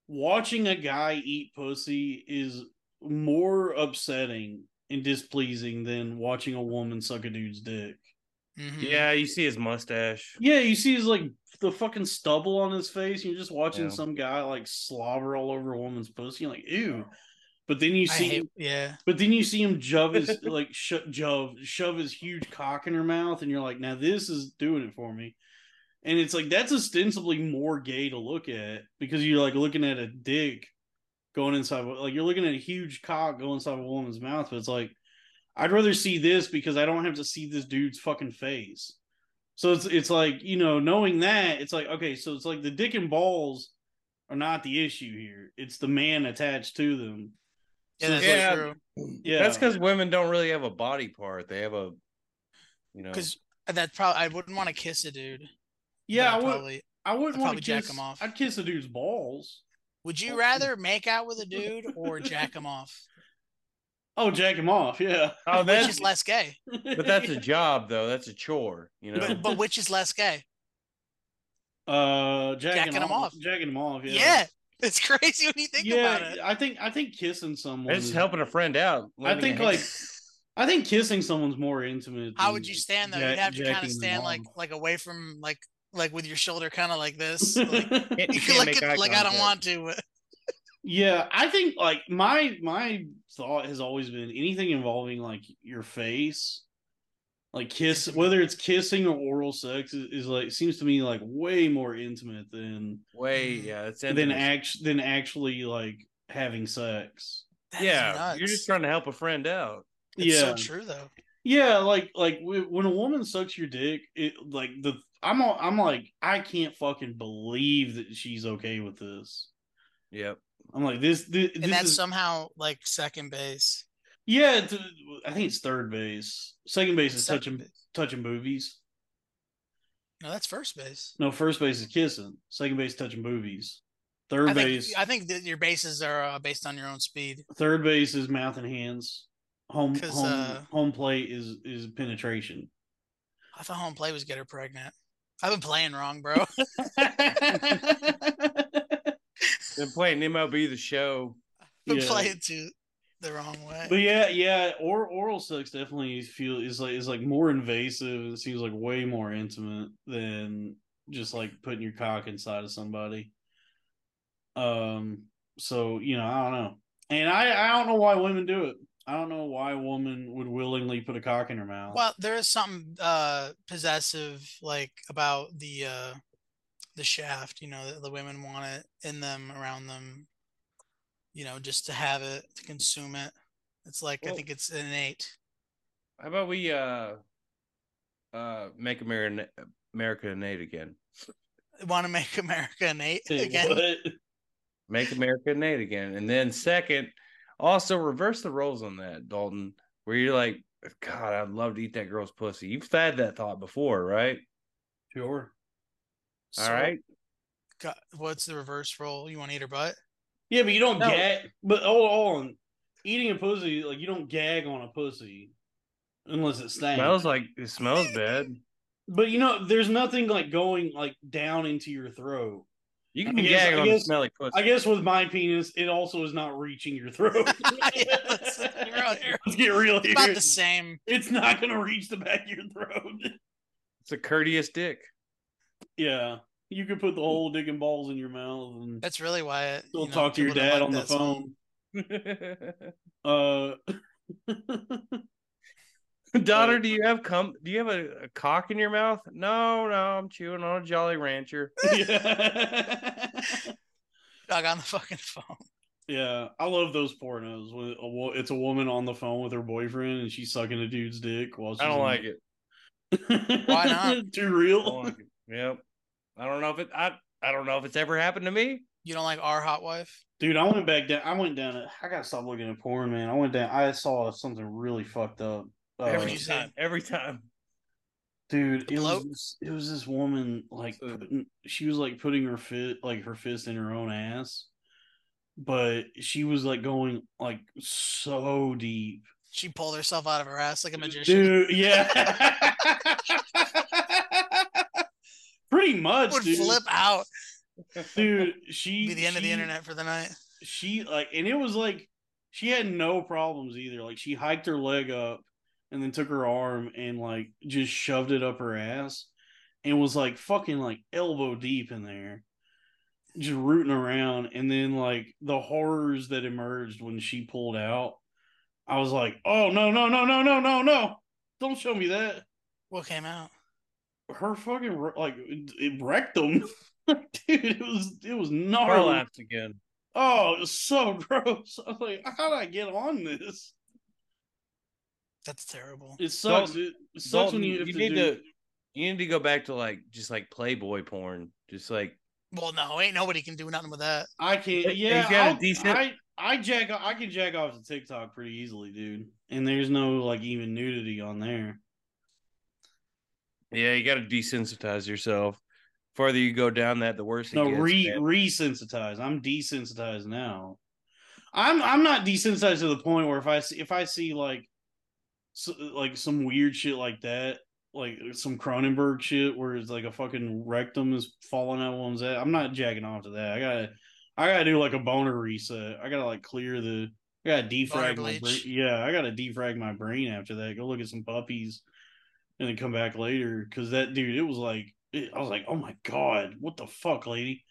[SPEAKER 1] watching a guy eat pussy is more upsetting and displeasing than watching a woman suck a dude's dick
[SPEAKER 2] Mhm.
[SPEAKER 3] Yeah, you see his mustache.
[SPEAKER 1] Yeah, you see his like the fucking stubble on his face. And you're just watching
[SPEAKER 3] Yeah.
[SPEAKER 1] some guy like slobber all over a woman's pussy. You're like, ew. But then you
[SPEAKER 2] I
[SPEAKER 1] see,
[SPEAKER 2] hate- yeah.
[SPEAKER 1] but then you see him shove his like sho- shove shove his huge cock in her mouth, and you're like, now this is doing it for me. And it's like that's ostensibly more gay to look at because you're like looking at a dick going inside, like you're looking at a huge cock going inside a woman's mouth. But it's like I'd rather see this because I don't have to see this dude's fucking face. So it's it's like you know knowing that it's like okay, so it's like the dick and balls are not the issue here. It's the man attached to them.
[SPEAKER 2] Yeah,
[SPEAKER 1] So
[SPEAKER 2] that's
[SPEAKER 1] it's like-
[SPEAKER 3] Yeah.
[SPEAKER 2] true.
[SPEAKER 1] yeah,
[SPEAKER 3] That's because women don't really have a body part. They have a, you know,
[SPEAKER 2] Because that probably I wouldn't want to kiss a dude. but
[SPEAKER 1] yeah,
[SPEAKER 2] I'd
[SPEAKER 1] I would
[SPEAKER 2] probably.
[SPEAKER 1] I wouldn't
[SPEAKER 2] I'd
[SPEAKER 1] want
[SPEAKER 2] probably
[SPEAKER 1] to
[SPEAKER 2] jack
[SPEAKER 1] kiss
[SPEAKER 2] 'em off.
[SPEAKER 1] I'd kiss a dude's balls.
[SPEAKER 2] Would you rather make out with a dude or jack him off?
[SPEAKER 1] Oh, jack him off, yeah.
[SPEAKER 3] oh,
[SPEAKER 2] Which
[SPEAKER 3] that's
[SPEAKER 2] is less gay?
[SPEAKER 3] but that's a job though. That's a chore. You know,
[SPEAKER 2] But, but which is less gay?
[SPEAKER 1] uh jacking,
[SPEAKER 2] Jacking 'em
[SPEAKER 1] him off,
[SPEAKER 2] off.
[SPEAKER 1] jacking him off,
[SPEAKER 2] Yeah.
[SPEAKER 1] yeah.
[SPEAKER 2] It's crazy when you think
[SPEAKER 1] yeah,
[SPEAKER 2] about it.
[SPEAKER 1] I think I think kissing someone.
[SPEAKER 3] it's
[SPEAKER 1] is-
[SPEAKER 3] helping a friend out.
[SPEAKER 1] I think like I think kissing someone's more intimate.
[SPEAKER 2] How
[SPEAKER 1] than
[SPEAKER 2] would you stand though?
[SPEAKER 1] jack-
[SPEAKER 2] You'd have to kind
[SPEAKER 1] jacking
[SPEAKER 2] of
[SPEAKER 1] them
[SPEAKER 2] stand like
[SPEAKER 1] off.
[SPEAKER 2] like away from like like with your shoulder kind of like this. Like,
[SPEAKER 3] you can't
[SPEAKER 2] like,
[SPEAKER 3] make eye
[SPEAKER 2] like I don't
[SPEAKER 3] contact.
[SPEAKER 2] want to. but-
[SPEAKER 1] Yeah, I think like my my thought has always been anything involving like your face, like kiss, whether it's kissing or oral sex, is, is like seems to me like way more intimate than
[SPEAKER 3] way. Yeah, it's
[SPEAKER 1] than
[SPEAKER 3] intimacy.
[SPEAKER 1] act than actually like having sex.
[SPEAKER 2] That's
[SPEAKER 3] yeah. You're
[SPEAKER 2] nuts.
[SPEAKER 3] just trying to help a friend out.
[SPEAKER 2] It's
[SPEAKER 1] yeah,
[SPEAKER 2] so true though.
[SPEAKER 1] yeah, like like wh- when a woman sucks your dick, it like the I'm all, I'm like I can't fucking believe that she's okay with this.
[SPEAKER 3] Yep.
[SPEAKER 1] I'm like this this, this
[SPEAKER 2] And that's
[SPEAKER 1] is
[SPEAKER 2] somehow like second base.
[SPEAKER 1] yeah. It's, I think it's third base. Second base is
[SPEAKER 2] Second
[SPEAKER 1] touching
[SPEAKER 2] base.
[SPEAKER 1] touching boobies.
[SPEAKER 2] No, that's first base.
[SPEAKER 1] No, first base is kissing. Second base touching boobies. Third
[SPEAKER 2] I think,
[SPEAKER 1] base,
[SPEAKER 2] I think that your bases are uh, based on your own speed.
[SPEAKER 1] third base is mouth and hands. Home
[SPEAKER 2] 'Cause,
[SPEAKER 1] home
[SPEAKER 2] uh,
[SPEAKER 1] home plate is is penetration.
[SPEAKER 2] I thought home play was get her pregnant. I've been playing wrong, bro.
[SPEAKER 3] They're playing MLB the show.
[SPEAKER 2] been
[SPEAKER 1] Yeah.
[SPEAKER 2] playing to the wrong way.
[SPEAKER 1] But yeah, yeah, or oral sex definitely feel is like is like more invasive. It seems like way more intimate than just like putting your cock inside of somebody. Um, so you know, I don't know, and I I don't know why women do it. I don't know why a woman would willingly put a cock in her mouth.
[SPEAKER 2] well, there is something uh possessive like about the uh the shaft, you know, that the women want it in them around them, you know, just to have it, to consume it. It's like I
[SPEAKER 3] Well-
[SPEAKER 2] think it's innate.
[SPEAKER 3] How about we uh uh make America America Nate again?
[SPEAKER 2] Want to make America innate
[SPEAKER 1] Hey,
[SPEAKER 2] again.
[SPEAKER 1] what?
[SPEAKER 3] Make America Nate again. And then second, also reverse the roles on that, Dalton, where you're like, God, I'd love to eat that girl's pussy. You've had that thought before, right?
[SPEAKER 1] Sure.
[SPEAKER 3] All
[SPEAKER 2] So,
[SPEAKER 3] right.
[SPEAKER 2] go- what's the reverse role? You want to eat her butt?
[SPEAKER 1] Yeah, but you don't
[SPEAKER 3] No.
[SPEAKER 1] gag. But oh, hold on, eating a pussy like you don't gag on a pussy unless it
[SPEAKER 3] It
[SPEAKER 1] stinks.
[SPEAKER 3] smells like it smells bad.
[SPEAKER 1] But you know, there's nothing like going like down into your throat.
[SPEAKER 3] You
[SPEAKER 1] I
[SPEAKER 3] can
[SPEAKER 1] guess-
[SPEAKER 3] gag
[SPEAKER 1] I
[SPEAKER 3] on a
[SPEAKER 1] guess-
[SPEAKER 3] smelly pussy.
[SPEAKER 1] I guess with my penis, it also is not reaching your throat.
[SPEAKER 2] Yeah, let's get real here.
[SPEAKER 1] Let's get real
[SPEAKER 2] It's about
[SPEAKER 1] here.
[SPEAKER 2] the same.
[SPEAKER 1] It's not gonna reach the back of your throat.
[SPEAKER 3] it's a courteous dick.
[SPEAKER 1] yeah, you could put the whole dick and balls in your mouth and
[SPEAKER 2] That's really why it.
[SPEAKER 1] still
[SPEAKER 2] you know,
[SPEAKER 1] talk to your
[SPEAKER 2] people don't
[SPEAKER 1] dad
[SPEAKER 2] like
[SPEAKER 1] on the
[SPEAKER 2] that song.
[SPEAKER 1] phone.
[SPEAKER 3] Daughter,
[SPEAKER 1] Uh,
[SPEAKER 3] do you have cum? Do you have a, a cock in your mouth? No, no, I'm chewing on a Jolly Rancher.
[SPEAKER 1] Uh, yeah.
[SPEAKER 2] Dog on the fucking phone.
[SPEAKER 1] yeah, I love those pornos. When a wo- it's a woman on the phone with her boyfriend and she's sucking a dude's dick while she's
[SPEAKER 3] I don't like it.
[SPEAKER 1] Why
[SPEAKER 2] not?
[SPEAKER 1] Too
[SPEAKER 3] I don't
[SPEAKER 1] real.
[SPEAKER 3] like it. Yep. I don't know if it. I I don't know if it's ever happened to me.
[SPEAKER 2] You don't like our hot wife?
[SPEAKER 1] Dude, I went back down. I went down. a- I gotta stop looking at porn, man. I went down. I saw something really fucked up. Uh,
[SPEAKER 3] Every
[SPEAKER 2] you see?
[SPEAKER 3] time. Every time.
[SPEAKER 1] dude,
[SPEAKER 2] The
[SPEAKER 1] it was
[SPEAKER 2] bloat?
[SPEAKER 1] this, it was this woman like
[SPEAKER 3] Uh.
[SPEAKER 1] putting, she was like putting her fit like her fist in her own ass, but she was like going like so deep,
[SPEAKER 2] She pulled herself out of her ass like a magician.
[SPEAKER 1] dude. Yeah, pretty much,
[SPEAKER 2] would
[SPEAKER 1] dude.
[SPEAKER 2] flip out.
[SPEAKER 1] Dude, she
[SPEAKER 2] Be the end of the
[SPEAKER 1] she-
[SPEAKER 2] internet for the night.
[SPEAKER 1] she like and it was like she had no problems either like she hiked her leg up and then took her arm and like just shoved it up her ass and was like fucking like elbow deep in there just rooting around and then like the horrors that emerged when she pulled out i was like oh no no no no no no no don't show me that
[SPEAKER 2] What came out?
[SPEAKER 1] her fucking re- like it, it rectum dude it was it was gnarly
[SPEAKER 3] Prolapse again.
[SPEAKER 1] oh it was so gross i was like how did i get on this
[SPEAKER 2] That's terrible.
[SPEAKER 1] it sucks
[SPEAKER 3] Dalton-
[SPEAKER 1] it, it sucks when
[SPEAKER 3] Dalton,
[SPEAKER 1] you have to
[SPEAKER 3] need
[SPEAKER 1] do
[SPEAKER 3] to you need to go back to like just like Playboy porn, just like
[SPEAKER 2] Well, no, ain't nobody can do nothing with that.
[SPEAKER 1] I can't.
[SPEAKER 3] He's
[SPEAKER 1] Yeah,
[SPEAKER 3] got a
[SPEAKER 1] I'll-
[SPEAKER 3] decent-
[SPEAKER 1] I I jack. I can jack off to TikTok pretty easily, dude. And there's no like even nudity on there.
[SPEAKER 3] yeah, you got to desensitize yourself. Farther you go down that, the worse. It
[SPEAKER 1] No
[SPEAKER 3] gets,
[SPEAKER 1] re
[SPEAKER 3] man.
[SPEAKER 1] resensitized. I'm desensitized now. I'm I'm not desensitized to the point where if I see if I see like s like some weird shit like that, like some Cronenberg shit where it's like a fucking rectum is falling out of one's ass. I'm not jacking off to that. I gotta I gotta do like a boner reset. I gotta like clear the I gotta defrag my brain.
[SPEAKER 2] bleach.
[SPEAKER 1] Yeah, I gotta defrag my brain after that. Go look at some puppies and then come back later. Cause that dude, it was like it, I was like, oh my god, what the fuck, lady?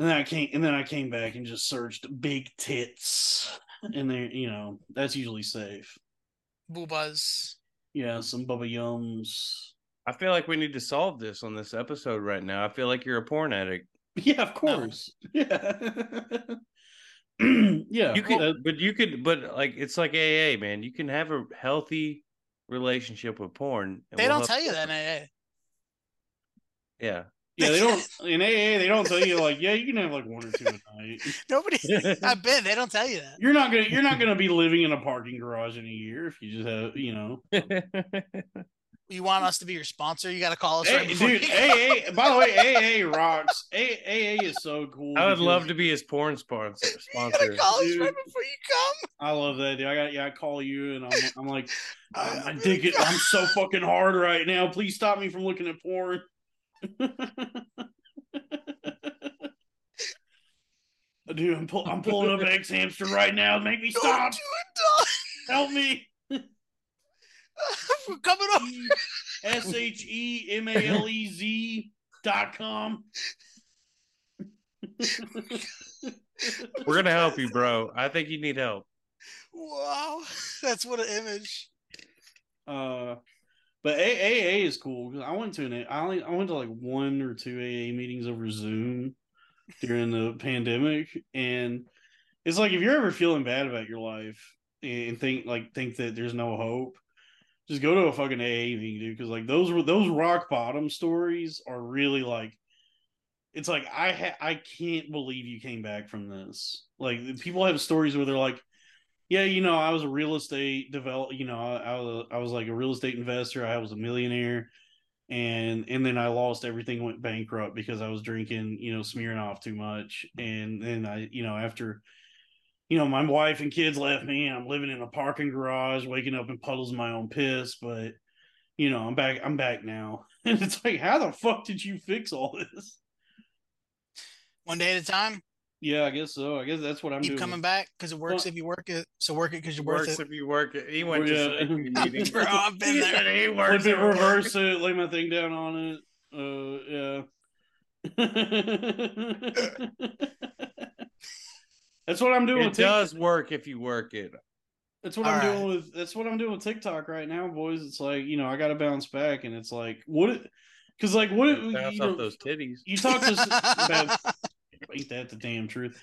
[SPEAKER 1] And then I came and then I came back and just searched big tits. And they you know, that's usually safe.
[SPEAKER 2] Boobas.
[SPEAKER 1] Yeah, some Bubba Yums.
[SPEAKER 3] I feel like we need to solve this on this episode right now. I feel like you're a porn addict.
[SPEAKER 1] Yeah, of course. Yeah. yeah. uh,
[SPEAKER 3] you could,
[SPEAKER 1] that-
[SPEAKER 3] but you could, but like it's like AA, man. You can have a healthy relationship with porn. and
[SPEAKER 2] They
[SPEAKER 3] we'll
[SPEAKER 2] don't
[SPEAKER 3] help-
[SPEAKER 2] tell you that in AA.
[SPEAKER 3] Yeah,
[SPEAKER 1] yeah, they don't in AA they don't tell you like, yeah, you can have like one or two a night.
[SPEAKER 2] Nobody. I've been. They don't tell you that.
[SPEAKER 1] You're not gonna you're not gonna be living in a parking garage in a year if you just have you know
[SPEAKER 2] You want us to be your sponsor? You got to call us
[SPEAKER 1] Hey,
[SPEAKER 2] right before.
[SPEAKER 1] dude,
[SPEAKER 2] you
[SPEAKER 1] AA.
[SPEAKER 2] go.
[SPEAKER 1] By the way, AA rocks. A, AA is so cool.
[SPEAKER 3] I would
[SPEAKER 1] because-
[SPEAKER 3] love to be his porn sponsor.
[SPEAKER 2] You got
[SPEAKER 3] sponsor.
[SPEAKER 2] to call us
[SPEAKER 1] Dude.
[SPEAKER 2] right before you come.
[SPEAKER 1] I love that. Dude. I got. Yeah, I call you, and I'm. I'm like,
[SPEAKER 2] Uh,
[SPEAKER 1] I dig it. I'm so fucking hard right now. Please stop me from looking at porn. Dude, I'm, pull, I'm pulling up an ex hamster right now. Make me
[SPEAKER 2] Don't
[SPEAKER 1] stop.
[SPEAKER 2] do it,
[SPEAKER 1] Help me. E
[SPEAKER 2] dog. We're coming up.
[SPEAKER 1] S H E M A L E Z dot com.
[SPEAKER 3] We're gonna help you, bro. I think you need help.
[SPEAKER 2] Wow, that's what an image.
[SPEAKER 1] Uh, but A- AA is cool. 'cause I went to an I only I went to like one or two AA meetings over Zoom during the pandemic, and it's like if you're ever feeling bad about your life and think like think that there's no hope, just go to a fucking AA meeting, dude. Because like those were those rock bottom stories are really like. It's like I ha- I can't believe you came back from this. Like people have stories where they're like, yeah, you know, I was a real estate develop. You know, I, I was I was like a real estate investor. I was a millionaire, and and then I lost everything. Went bankrupt because I was drinking, you know, smearing off too much. And then I, you know, after, you know, my wife and kids left me, and I'm living in a parking garage, waking up in puddles of my own piss. But you know, I'm back. I'm back now, and it's like, how the fuck did you fix all this?
[SPEAKER 2] One day at a time.
[SPEAKER 1] Yeah, I guess so. I guess that's what I'm
[SPEAKER 2] Keep
[SPEAKER 1] doing.
[SPEAKER 2] coming back because it works
[SPEAKER 1] Well-
[SPEAKER 2] if you work it. So work it because you're worth
[SPEAKER 3] Works
[SPEAKER 2] it.
[SPEAKER 3] if you work it. He went
[SPEAKER 1] Yeah.
[SPEAKER 3] to some meeting.
[SPEAKER 2] Bro, I've been
[SPEAKER 3] He
[SPEAKER 2] there.
[SPEAKER 3] said he
[SPEAKER 1] Flip
[SPEAKER 3] works
[SPEAKER 1] it,
[SPEAKER 3] if you work
[SPEAKER 1] reverse it, lay my thing down on it. Uh, yeah. that's what I'm doing.
[SPEAKER 3] It
[SPEAKER 1] With Tik-
[SPEAKER 3] does work if you work it.
[SPEAKER 1] that's what
[SPEAKER 2] All
[SPEAKER 1] I'm
[SPEAKER 2] right.
[SPEAKER 1] doing with. That's what I'm doing with TikTok right now, boys. It's like you know, I got to bounce back, and it's like what, because like what you,
[SPEAKER 3] Bounce
[SPEAKER 1] know,
[SPEAKER 3] off those titties.
[SPEAKER 1] you talk to s- about ain't that the damn truth?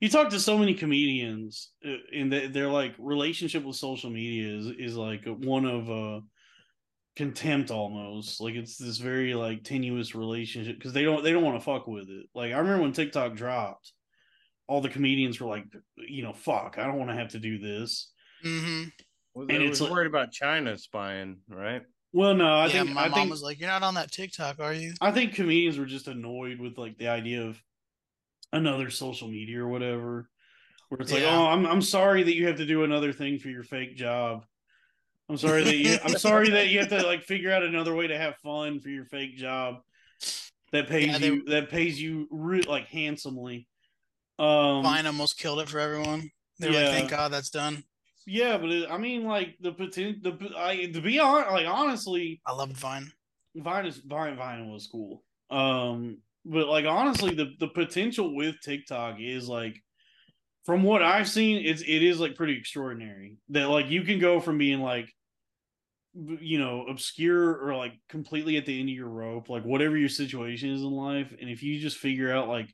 [SPEAKER 1] You talk to so many comedians, uh, and they, their like relationship with social media is is like one of uh, contempt almost. Like it's this very like tenuous relationship because they don't they don't want to fuck with it. Like I remember when TikTok dropped, all the comedians were like, you know, fuck, I don't want to have to do this.
[SPEAKER 2] Mm-hmm.
[SPEAKER 3] Well,
[SPEAKER 1] And
[SPEAKER 3] they
[SPEAKER 1] it's
[SPEAKER 3] was
[SPEAKER 1] like-
[SPEAKER 3] worried about China spying, right?
[SPEAKER 1] Well, no, I
[SPEAKER 2] yeah,
[SPEAKER 1] think
[SPEAKER 2] my
[SPEAKER 1] I
[SPEAKER 2] mom
[SPEAKER 1] think
[SPEAKER 2] was like, "You're not on that TikTok, are you?"
[SPEAKER 1] I think comedians were just annoyed with like the idea of another social media or whatever, where it's like,
[SPEAKER 2] Yeah.
[SPEAKER 1] oh, I'm I'm sorry that you have to do another thing for your fake job. I'm sorry that you I'm sorry that you have to like figure out another way to have fun for your fake job that pays
[SPEAKER 2] Yeah, they-
[SPEAKER 1] you that pays you re- like handsomely. Um,
[SPEAKER 2] Vine almost killed it for everyone. They're
[SPEAKER 1] Yeah.
[SPEAKER 2] like, "Thank God that's done."
[SPEAKER 1] yeah, but it, I mean, like the potential. The I to be honest, like honestly,
[SPEAKER 2] I loved Vine.
[SPEAKER 1] Vine is Vine. Vine was cool. Um, but like honestly, the the potential with TikTok is like, from what I've seen, it's it is like pretty extraordinary that like you can go from being like, b- you know, obscure or like completely at the end of your rope, like whatever your situation is in life, and if you just figure out like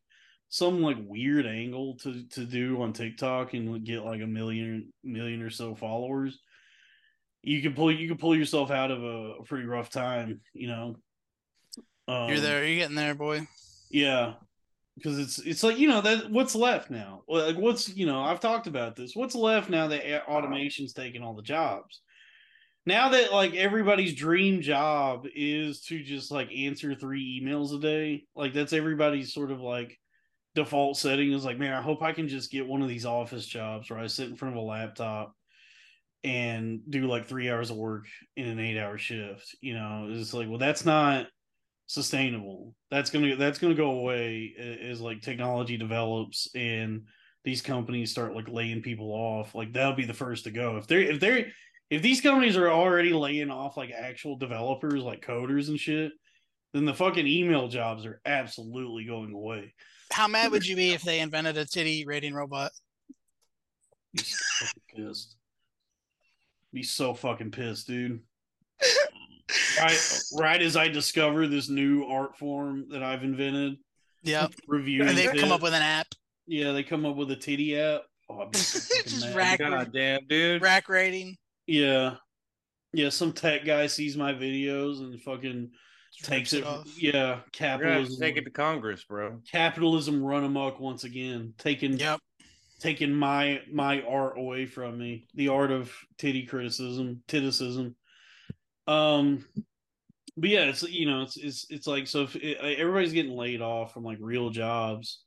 [SPEAKER 1] some like weird angle to to do on TikTok and get like a million million or so followers, you can pull you can pull yourself out of a, a pretty rough time, you know. Um,
[SPEAKER 2] You're there. You're getting there, boy.
[SPEAKER 1] yeah, because it's it's like you know that what's left now. Like what's you know I've talked about this. What's left now that a- automation's taking all the jobs. Now that like everybody's dream job is to just like answer three emails a day, like that's everybody's sort of like default setting is like, man, I hope I can just get one of these office jobs where I sit in front of a laptop and do like three hours of work in an eight hour shift. You know, it's like, well, that's not sustainable. That's gonna that's gonna go away a- as like technology develops and these companies start like laying people off. Like that'll be the first to go if they're if they're if these companies are already laying off like actual developers like coders and shit, then the fucking email jobs are absolutely going away.
[SPEAKER 2] How mad would you be if they invented a titty rating robot?
[SPEAKER 1] Be so fucking pissed. Be so fucking pissed, dude. Right, right as I discover this new art form that I've invented,
[SPEAKER 2] Yep.
[SPEAKER 1] reviewing
[SPEAKER 2] And they've come
[SPEAKER 1] it.
[SPEAKER 2] up with an app,
[SPEAKER 1] yeah, they come up with a titty app. Oh, I'd be so fucking
[SPEAKER 2] Just
[SPEAKER 1] mad.
[SPEAKER 2] rack-
[SPEAKER 3] God damn, dude.
[SPEAKER 2] rack rating.
[SPEAKER 1] Yeah, yeah. Some tech guy sees my videos and fucking takes it.
[SPEAKER 2] rips off.
[SPEAKER 1] yeah,
[SPEAKER 3] We're gonna have to
[SPEAKER 1] capitalism.
[SPEAKER 3] take it to Congress, bro.
[SPEAKER 1] capitalism run amok once again, taking
[SPEAKER 2] Yep.
[SPEAKER 1] taking my my art away from me the art of titty criticism titticism um but yeah it's you know it's it's it's like so if it, everybody's getting laid off from like real jobs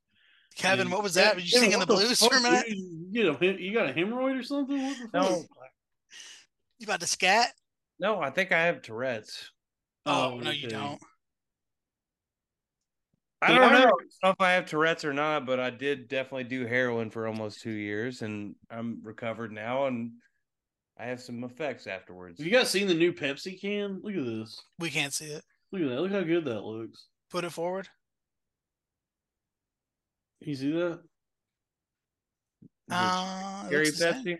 [SPEAKER 2] Kevin,
[SPEAKER 1] And-
[SPEAKER 2] what was that? Were you
[SPEAKER 1] Kevin,
[SPEAKER 2] singing the
[SPEAKER 1] what
[SPEAKER 2] blues
[SPEAKER 1] fuck,
[SPEAKER 2] for a minute?
[SPEAKER 1] dude? you know you got a hemorrhoid or something what the fuck?
[SPEAKER 3] No.
[SPEAKER 2] You about to scat?
[SPEAKER 3] No, I think I have Tourette's.
[SPEAKER 2] Oh, no, you
[SPEAKER 1] okay.
[SPEAKER 2] don't.
[SPEAKER 3] I
[SPEAKER 1] Dude,
[SPEAKER 3] don't
[SPEAKER 1] I
[SPEAKER 3] know
[SPEAKER 1] heard-
[SPEAKER 3] if I have Tourette's or not, but I did definitely do heroin for almost two years, and I'm recovered now, and I have some effects afterwards.
[SPEAKER 1] have you guys seen the new pepsi can look at this
[SPEAKER 2] We can't see it.
[SPEAKER 1] look at that look how good that looks
[SPEAKER 2] Put it forward.
[SPEAKER 1] you see that
[SPEAKER 3] Is it
[SPEAKER 2] Uh, it
[SPEAKER 3] Gary
[SPEAKER 2] looks the same.
[SPEAKER 3] Pepsi.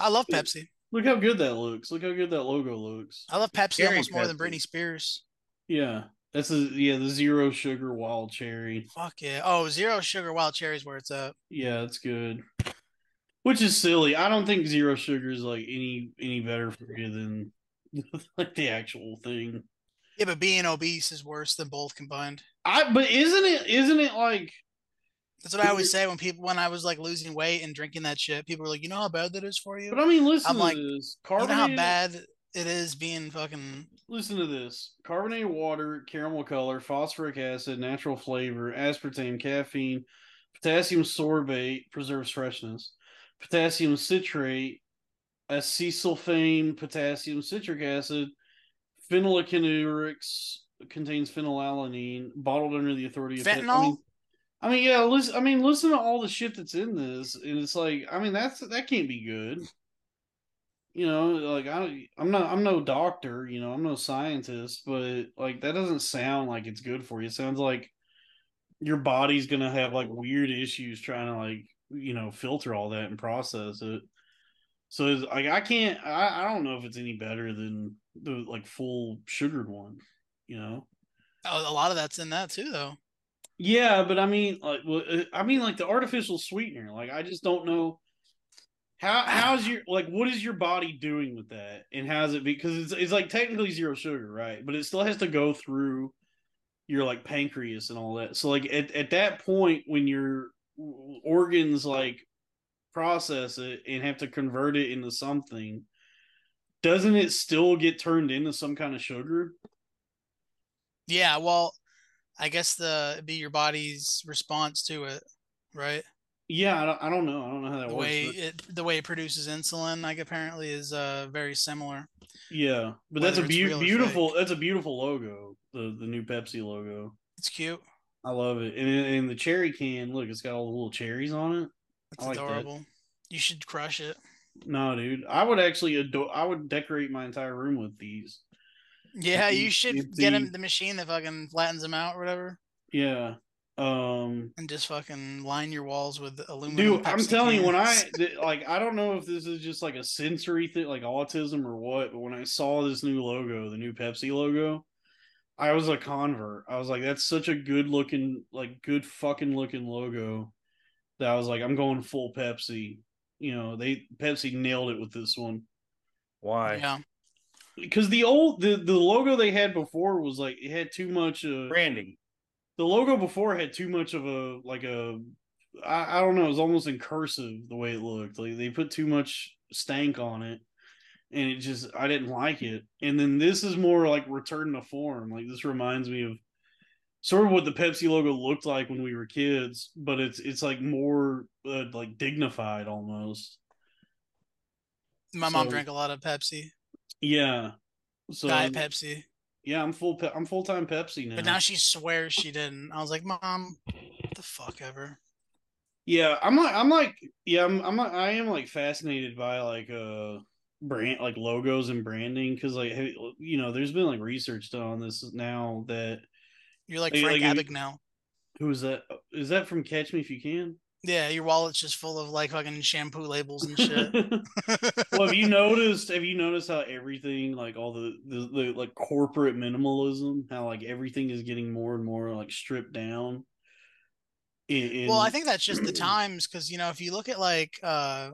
[SPEAKER 2] I love Pepsi.
[SPEAKER 1] look how good that looks look how good that logo looks
[SPEAKER 2] I love Pepsi
[SPEAKER 3] Gary
[SPEAKER 2] almost more than
[SPEAKER 3] Pepsi.
[SPEAKER 2] Britney Spears.
[SPEAKER 1] yeah that's a yeah the zero sugar wild cherry
[SPEAKER 2] Fuck yeah. Oh, zero sugar wild cherries where it's at.
[SPEAKER 1] Yeah, it's good. Which is silly. I don't think zero sugar is like any any better for you than like the actual thing.
[SPEAKER 2] Yeah, but being obese is worse than both combined.
[SPEAKER 1] I but isn't it isn't it like
[SPEAKER 2] That's what I always say when people when I was like losing weight and drinking that shit. People were like, "You know how bad that is for you.
[SPEAKER 1] but I mean listen
[SPEAKER 2] I'm
[SPEAKER 1] to
[SPEAKER 2] like,
[SPEAKER 1] this.
[SPEAKER 2] You know
[SPEAKER 1] Carbonated
[SPEAKER 2] how bad it is being fucking."
[SPEAKER 1] listen to this. Carbonated water, caramel color, phosphoric acid, natural flavor, aspartame, caffeine, potassium sorbate preserves freshness, potassium citrate, acesulfame, potassium citric acid, phenylacanurics contains phenylalanine, bottled under the authority of I mean-
[SPEAKER 2] Fentanyl?
[SPEAKER 1] I mean, yeah. Listen, I mean, listen to all the shit that's in this, and it's like, I mean, that's that can't be good. You know, like I, I'm not, I'm no doctor. You know, I'm no scientist, but like that doesn't sound like it's good for you. It sounds like your body's gonna have like weird issues trying to like you know filter all that and process it. So it's, like I can't, I, I don't know if it's any better than the like full sugared one. You know.
[SPEAKER 2] A a lot of that's in that too, though.
[SPEAKER 1] Yeah, but I mean, like, well, uh, I mean, like the artificial sweetener. Like, I just don't know how how's your like what is your body doing with that, and how's it because it's it's like technically zero sugar, right? But it still has to go through your like pancreas and all that. So like at at that point when your organs like process it and have to convert it into something, doesn't it still get turned into some kind of sugar?
[SPEAKER 2] Yeah, well, I guess the it'd be your body's response to it, right?
[SPEAKER 1] Yeah, I don't, I don't know. I don't know how that
[SPEAKER 2] The
[SPEAKER 1] works.
[SPEAKER 2] way
[SPEAKER 1] but-
[SPEAKER 2] it the way it produces insulin, like apparently, is uh very similar.
[SPEAKER 1] Yeah, but that's
[SPEAKER 2] whether
[SPEAKER 1] a
[SPEAKER 2] it's real
[SPEAKER 1] beau
[SPEAKER 2] or
[SPEAKER 1] beautiful. That's a beautiful logo. The the new Pepsi logo.
[SPEAKER 2] It's cute.
[SPEAKER 1] I love it. And and the cherry can. Look, it's got all the little cherries on it.
[SPEAKER 2] It's
[SPEAKER 1] I like that.
[SPEAKER 2] adorable. You should crush it.
[SPEAKER 1] No, dude. I would actually adore. I would decorate my entire room with these.
[SPEAKER 2] Yeah, you
[SPEAKER 1] You- you
[SPEAKER 2] should get
[SPEAKER 1] see-
[SPEAKER 2] him the machine that fucking flattens him out or whatever,
[SPEAKER 1] Yeah. Um.
[SPEAKER 2] and just fucking line your walls with aluminum.
[SPEAKER 1] Dude, I'm
[SPEAKER 2] Pepsi
[SPEAKER 1] telling you, when I
[SPEAKER 2] cans.
[SPEAKER 1] th- like, I don't know if this is just like a sensory thing, like autism or what, but when I saw this new logo, the new Pepsi logo, I was a convert. I was like, that's such a good looking, like, good fucking looking logo that I was like, I'm going full Pepsi. You know, they Pepsi nailed it with this one
[SPEAKER 3] Why?
[SPEAKER 2] yeah,
[SPEAKER 1] because the old the, the logo they had before was like it had too much uh,
[SPEAKER 3] Branding.
[SPEAKER 1] the logo before had too much of a like a I, I don't know it was almost in cursive the way it looked like they put too much stank on it and it just i didn't like it and then this is more like return to form like this reminds me of sort of what the pepsi logo looked like when we were kids but it's it's like more uh, like dignified almost
[SPEAKER 2] my mom
[SPEAKER 1] So-
[SPEAKER 2] drank a lot of Pepsi,
[SPEAKER 1] yeah so
[SPEAKER 2] Diet Pepsi,
[SPEAKER 1] yeah i'm full pe- i'm full-time pepsi now
[SPEAKER 2] but now she swears she didn't. I was like, mom, what the fuck ever.
[SPEAKER 1] Yeah, I'm like I'm like yeah, I'm I'm like, I am like fascinated by like uh brand like logos and branding because like hey, you know there's been like research done on this now that
[SPEAKER 2] You're like
[SPEAKER 1] Like-
[SPEAKER 2] Frank
[SPEAKER 1] like if-
[SPEAKER 2] Abagnale.
[SPEAKER 1] who is that is that from Catch Me If You Can?
[SPEAKER 2] Yeah, your wallet's just full of like fucking shampoo labels and shit.
[SPEAKER 1] well, have you noticed? Have you noticed how everything like all the, the the like corporate minimalism how like everything is getting more and more like stripped down? In, in-
[SPEAKER 2] Well, I think that's just the times because you know if you look at like uh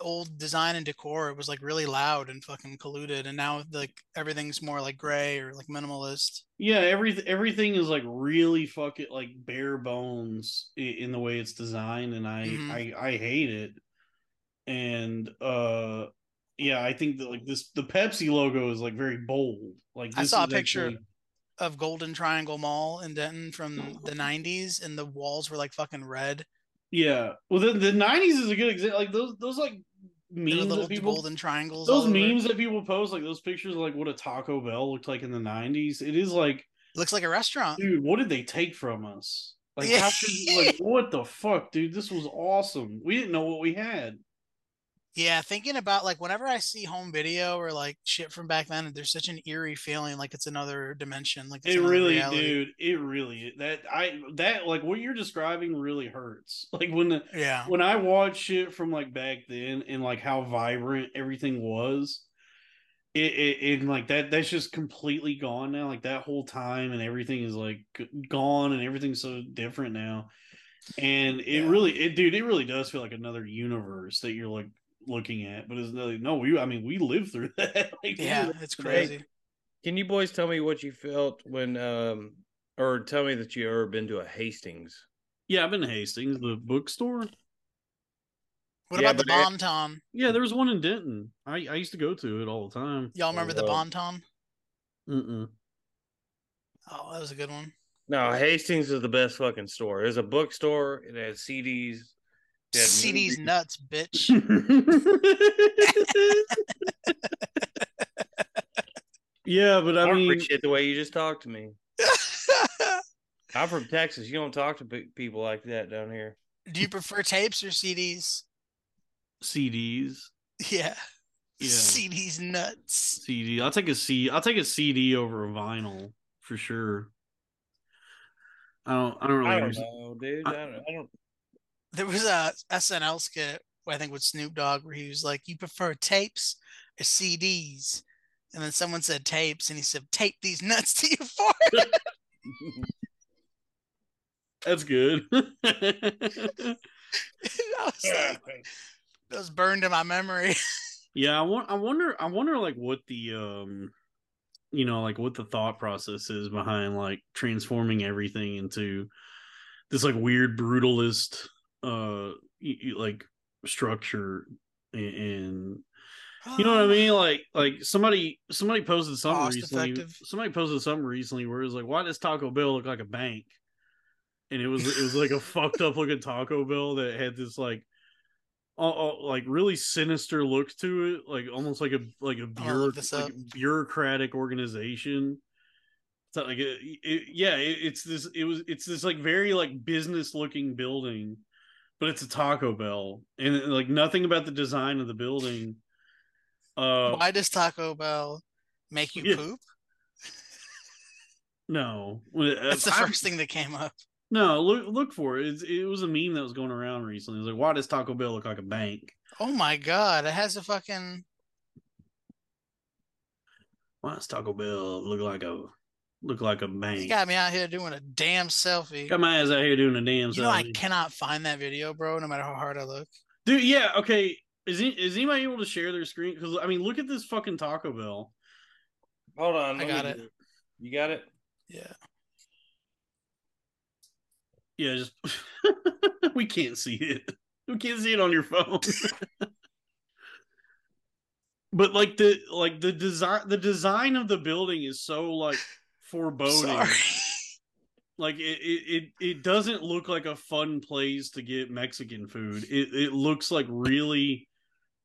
[SPEAKER 2] old design and decor, it was like really loud and fucking colluded, and now like everything's more like gray or like minimalist.
[SPEAKER 1] Yeah, every everything is like really fucking like bare bones i- in the way it's designed, and I
[SPEAKER 2] Mhm.
[SPEAKER 1] I I hate it. And uh, yeah, I think that like this the Pepsi logo is like very bold. Like
[SPEAKER 2] I
[SPEAKER 1] this
[SPEAKER 2] saw a
[SPEAKER 1] is
[SPEAKER 2] picture
[SPEAKER 1] actually-
[SPEAKER 2] Of Golden Triangle Mall in Denton from the '90s, and the walls were like fucking red.
[SPEAKER 1] yeah, well the the nineties is a good example. Like those those like
[SPEAKER 2] There were
[SPEAKER 1] memes
[SPEAKER 2] little
[SPEAKER 1] that people
[SPEAKER 2] golden triangles. all
[SPEAKER 1] those
[SPEAKER 2] over.
[SPEAKER 1] memes that people post like those pictures of, like what a Taco Bell looked like in the nineties. It is like
[SPEAKER 2] looks like a restaurant.
[SPEAKER 1] dude, what did they take from us? Like,
[SPEAKER 2] Yeah.
[SPEAKER 1] how could, like, what the fuck, dude? This was awesome. We didn't know what we had.
[SPEAKER 2] Yeah, thinking about like whenever I see home video or like shit from back then, there's such an eerie feeling, like it's another dimension. Like it's
[SPEAKER 1] It
[SPEAKER 2] another
[SPEAKER 1] really,
[SPEAKER 2] reality.
[SPEAKER 1] dude. It really that I that like what you're describing really hurts. Like when the
[SPEAKER 2] Yeah.
[SPEAKER 1] when I watch shit from like back then and like how vibrant everything was, it, it and like that that's just completely gone now. Like that whole time and everything is like g- gone and everything's so different now. And it
[SPEAKER 2] Yeah.
[SPEAKER 1] really, it dude, it really does feel like another universe that you're like looking at. But it's like, no, we, I mean, we lived through that. like, we
[SPEAKER 2] Yeah,
[SPEAKER 1] lived
[SPEAKER 2] it's
[SPEAKER 1] through that.
[SPEAKER 2] crazy.
[SPEAKER 3] Can you boys tell me what you felt when um or tell me that you ever been to a Hastings?
[SPEAKER 1] Yeah, I've been to Hastings, the bookstore.
[SPEAKER 2] What
[SPEAKER 3] Yeah,
[SPEAKER 2] about the
[SPEAKER 3] but it-
[SPEAKER 2] bomb tom?
[SPEAKER 1] Yeah, there was one in Denton. I, I used to go to it all the time.
[SPEAKER 3] Oh,
[SPEAKER 2] Y'all remember the
[SPEAKER 3] Wow.
[SPEAKER 2] bomb tom?
[SPEAKER 1] Mm-mm.
[SPEAKER 2] Oh, that was a good one.
[SPEAKER 3] No, Hastings is the best fucking store. There's a bookstore, it has CDs. it had
[SPEAKER 2] CD's
[SPEAKER 3] movies.
[SPEAKER 2] nuts, bitch.
[SPEAKER 1] yeah, but
[SPEAKER 3] I
[SPEAKER 1] I
[SPEAKER 3] don't
[SPEAKER 1] mean,
[SPEAKER 3] appreciate the way you just talked to me. I'm from Texas. You don't talk to pe- people like that down here.
[SPEAKER 2] Do you prefer tapes or CDs?
[SPEAKER 1] CDs,
[SPEAKER 2] Yeah.
[SPEAKER 1] Yeah.
[SPEAKER 2] CD's nuts.
[SPEAKER 1] CD. I'll take a C. I'll take a CD over a vinyl for sure. I don't. I don't really.
[SPEAKER 3] I don't
[SPEAKER 1] understand.
[SPEAKER 3] know, dude. I don't. I don't
[SPEAKER 2] There was a SNL skit I think with Snoop Dogg where he was like, "You prefer tapes or CDs?" And then someone said tapes, and he said, "Tape these nuts to your forehead."
[SPEAKER 1] That's good.
[SPEAKER 2] I was like, that was burned in my memory.
[SPEAKER 1] yeah, I want. I wonder. I wonder like what the um, you know, like what the thought process is behind like transforming everything into this like weird brutalist uh y- y- like structure and, and You know what I mean? Like, like somebody somebody posted something
[SPEAKER 2] Um, Cost
[SPEAKER 1] recently.
[SPEAKER 2] effective.
[SPEAKER 1] Somebody posted something recently where it was like, "Why does Taco Bell look like a bank?" And it was it was like a fucked up looking Taco Bell that had this like, all, all- like really sinister look to it, like almost like a like a
[SPEAKER 2] gonna look
[SPEAKER 1] bureauc-
[SPEAKER 2] this
[SPEAKER 1] like
[SPEAKER 2] up.
[SPEAKER 1] a bureaucratic organization. It's not like a, it, yeah, it, it's this. It was it's this like very like business looking building but it's a Taco Bell, and like nothing about the design of the building. Uh,
[SPEAKER 2] Um, Why does Taco Bell make you
[SPEAKER 1] Yeah.
[SPEAKER 2] poop?
[SPEAKER 1] no,
[SPEAKER 2] That's the
[SPEAKER 1] I-
[SPEAKER 2] first thing that came up.
[SPEAKER 1] No, look look for it. It's, it was a meme that was going around recently. It was like, why does Taco Bell look like a bank?
[SPEAKER 2] Oh my god, it has a fucking
[SPEAKER 1] Why does Taco Bell look like a look like a
[SPEAKER 2] he
[SPEAKER 1] bank? Got,
[SPEAKER 2] got me out here doing a damn selfie.
[SPEAKER 1] my ass out here doing a damn
[SPEAKER 2] You know I
[SPEAKER 1] selfie.
[SPEAKER 2] cannot find that video, bro, no matter how hard I look.
[SPEAKER 1] Dude, yeah, okay. Is he, is anybody able to share their screen? Because I mean, look at this fucking Taco Bell.
[SPEAKER 3] Hold on.
[SPEAKER 2] I
[SPEAKER 3] let
[SPEAKER 2] got
[SPEAKER 3] me-
[SPEAKER 2] it.
[SPEAKER 3] You got it?
[SPEAKER 2] Yeah.
[SPEAKER 1] Yeah, just we can't see it. We can't see it on your phone. but like the like the design the design of the building is so like foreboding.
[SPEAKER 2] Sorry.
[SPEAKER 1] like it, it it it doesn't look like a fun place to get mexican food it it looks like really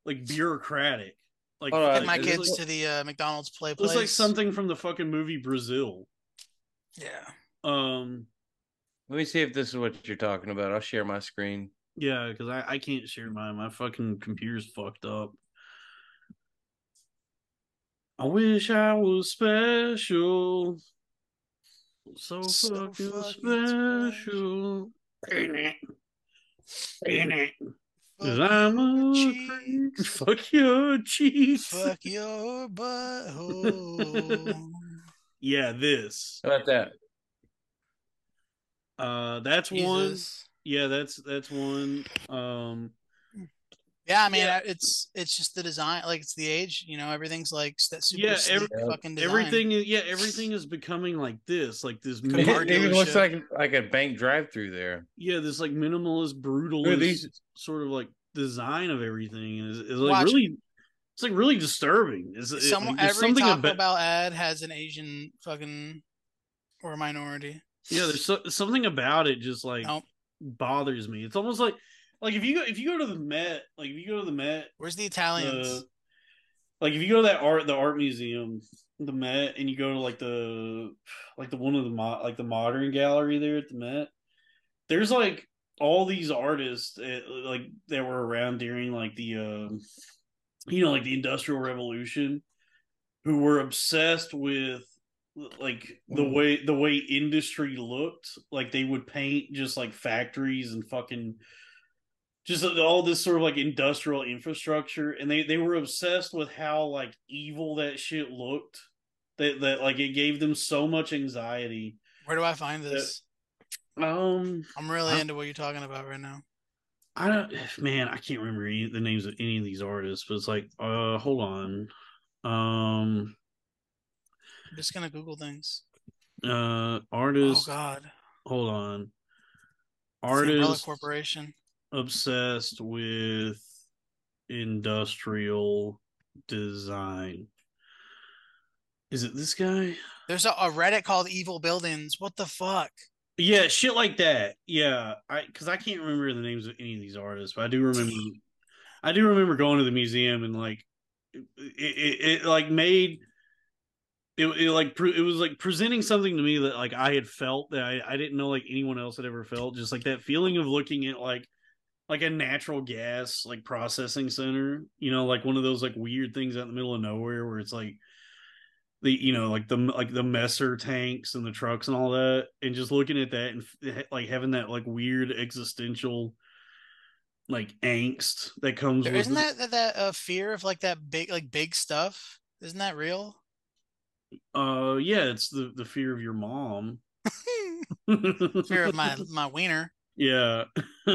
[SPEAKER 1] like bureaucratic like
[SPEAKER 3] Hold on,
[SPEAKER 1] fucking-
[SPEAKER 2] Take my
[SPEAKER 1] it's
[SPEAKER 2] kids
[SPEAKER 1] like,
[SPEAKER 2] to the uh, McDonald's play
[SPEAKER 1] it's
[SPEAKER 2] place.
[SPEAKER 1] like something from the fucking movie brazil
[SPEAKER 2] Yeah.
[SPEAKER 1] um
[SPEAKER 3] Let me see if this is what you're talking about. I'll share my screen.
[SPEAKER 1] yeah because i i can't share mine my fucking computer's fucked up i wish i was special so,
[SPEAKER 2] So
[SPEAKER 1] fucking,
[SPEAKER 2] fucking
[SPEAKER 1] special. Cause I'm
[SPEAKER 2] your
[SPEAKER 1] a
[SPEAKER 2] cheek.
[SPEAKER 1] creep. Fuck your cheeks.
[SPEAKER 2] Fuck your butthole.
[SPEAKER 1] Yeah, this.
[SPEAKER 3] How about that?
[SPEAKER 1] Uh, that's one.
[SPEAKER 2] Jesus.
[SPEAKER 1] Yeah, that's that's one. Um,
[SPEAKER 2] Yeah, I mean, I- it's it's just the design, like it's the age, you know, everything's like s- that super
[SPEAKER 1] Yeah,
[SPEAKER 2] sleek
[SPEAKER 1] every-
[SPEAKER 2] fucking design.
[SPEAKER 1] everything. is Yeah, everything is becoming like this. Like this.
[SPEAKER 2] Like a
[SPEAKER 1] mini-
[SPEAKER 2] car
[SPEAKER 3] It even looks
[SPEAKER 2] dealership.
[SPEAKER 3] like like a bank drive through there.
[SPEAKER 1] yeah, this like minimalist,
[SPEAKER 3] Who are
[SPEAKER 1] brutalist
[SPEAKER 3] these?
[SPEAKER 1] sort of like design of everything is, is like
[SPEAKER 2] Watch.
[SPEAKER 1] really. It's like really disturbing. It's, it-
[SPEAKER 2] Some,
[SPEAKER 1] like, uh, there's
[SPEAKER 2] every Taco
[SPEAKER 1] about-
[SPEAKER 2] Bell ad has an Asian fucking or minority.
[SPEAKER 1] yeah there's so, something about it just like
[SPEAKER 2] Nope.
[SPEAKER 1] bothers me it's almost like like if you go if you go to the met like if you go to the met
[SPEAKER 2] Where's the
[SPEAKER 1] uh,
[SPEAKER 2] Italians?
[SPEAKER 1] like if you go to that art the art museum the met and you go to like the like the one of the mo- like the modern gallery there at the met there's like all these artists eh, like that were around during like the um you know like the industrial revolution who were obsessed with like the
[SPEAKER 3] Mm.
[SPEAKER 1] way the way industry looked like they would paint just like factories and fucking just all this sort of like industrial infrastructure and they they were obsessed with how like evil that shit looked that that like it gave them so much anxiety
[SPEAKER 2] Where do I find this?
[SPEAKER 1] um
[SPEAKER 2] I'm really
[SPEAKER 1] I'm-
[SPEAKER 2] into what you're talking about right now.
[SPEAKER 1] I don't, man, I can't remember any, the names of any of these artists, but it's like, uh, hold on, um,
[SPEAKER 2] I'm just gonna Google things.
[SPEAKER 1] uh,
[SPEAKER 2] Oh
[SPEAKER 1] artist,
[SPEAKER 2] God, It's
[SPEAKER 1] hold on,
[SPEAKER 2] the Umbrella
[SPEAKER 1] artist
[SPEAKER 2] Corporation.
[SPEAKER 1] obsessed with industrial design. Is it this guy?
[SPEAKER 2] There's a, a Reddit called Evil Buildings. What the fuck?
[SPEAKER 1] Yeah, shit like that. Yeah, I because I can't remember the names of any of these artists, but I do remember, I do remember going to the museum and like, it it, it like made, it, it like pre- it was like presenting something to me that like I had felt that I, I didn't know like anyone else had ever felt, just like that feeling of looking at like like a natural gas like processing center, you know, like one of those like weird things out in the middle of nowhere where it's like the you know like the like the messer tanks and the trucks and all that and just looking at that and f- like having that like weird existential like angst that comes
[SPEAKER 2] There,
[SPEAKER 1] with
[SPEAKER 2] isn't
[SPEAKER 1] it.
[SPEAKER 2] that that, that uh, fear of like that big like big stuff? Isn't that real?
[SPEAKER 1] uh yeah it's the the fear of your mom
[SPEAKER 2] fear of my my wiener.
[SPEAKER 1] yeah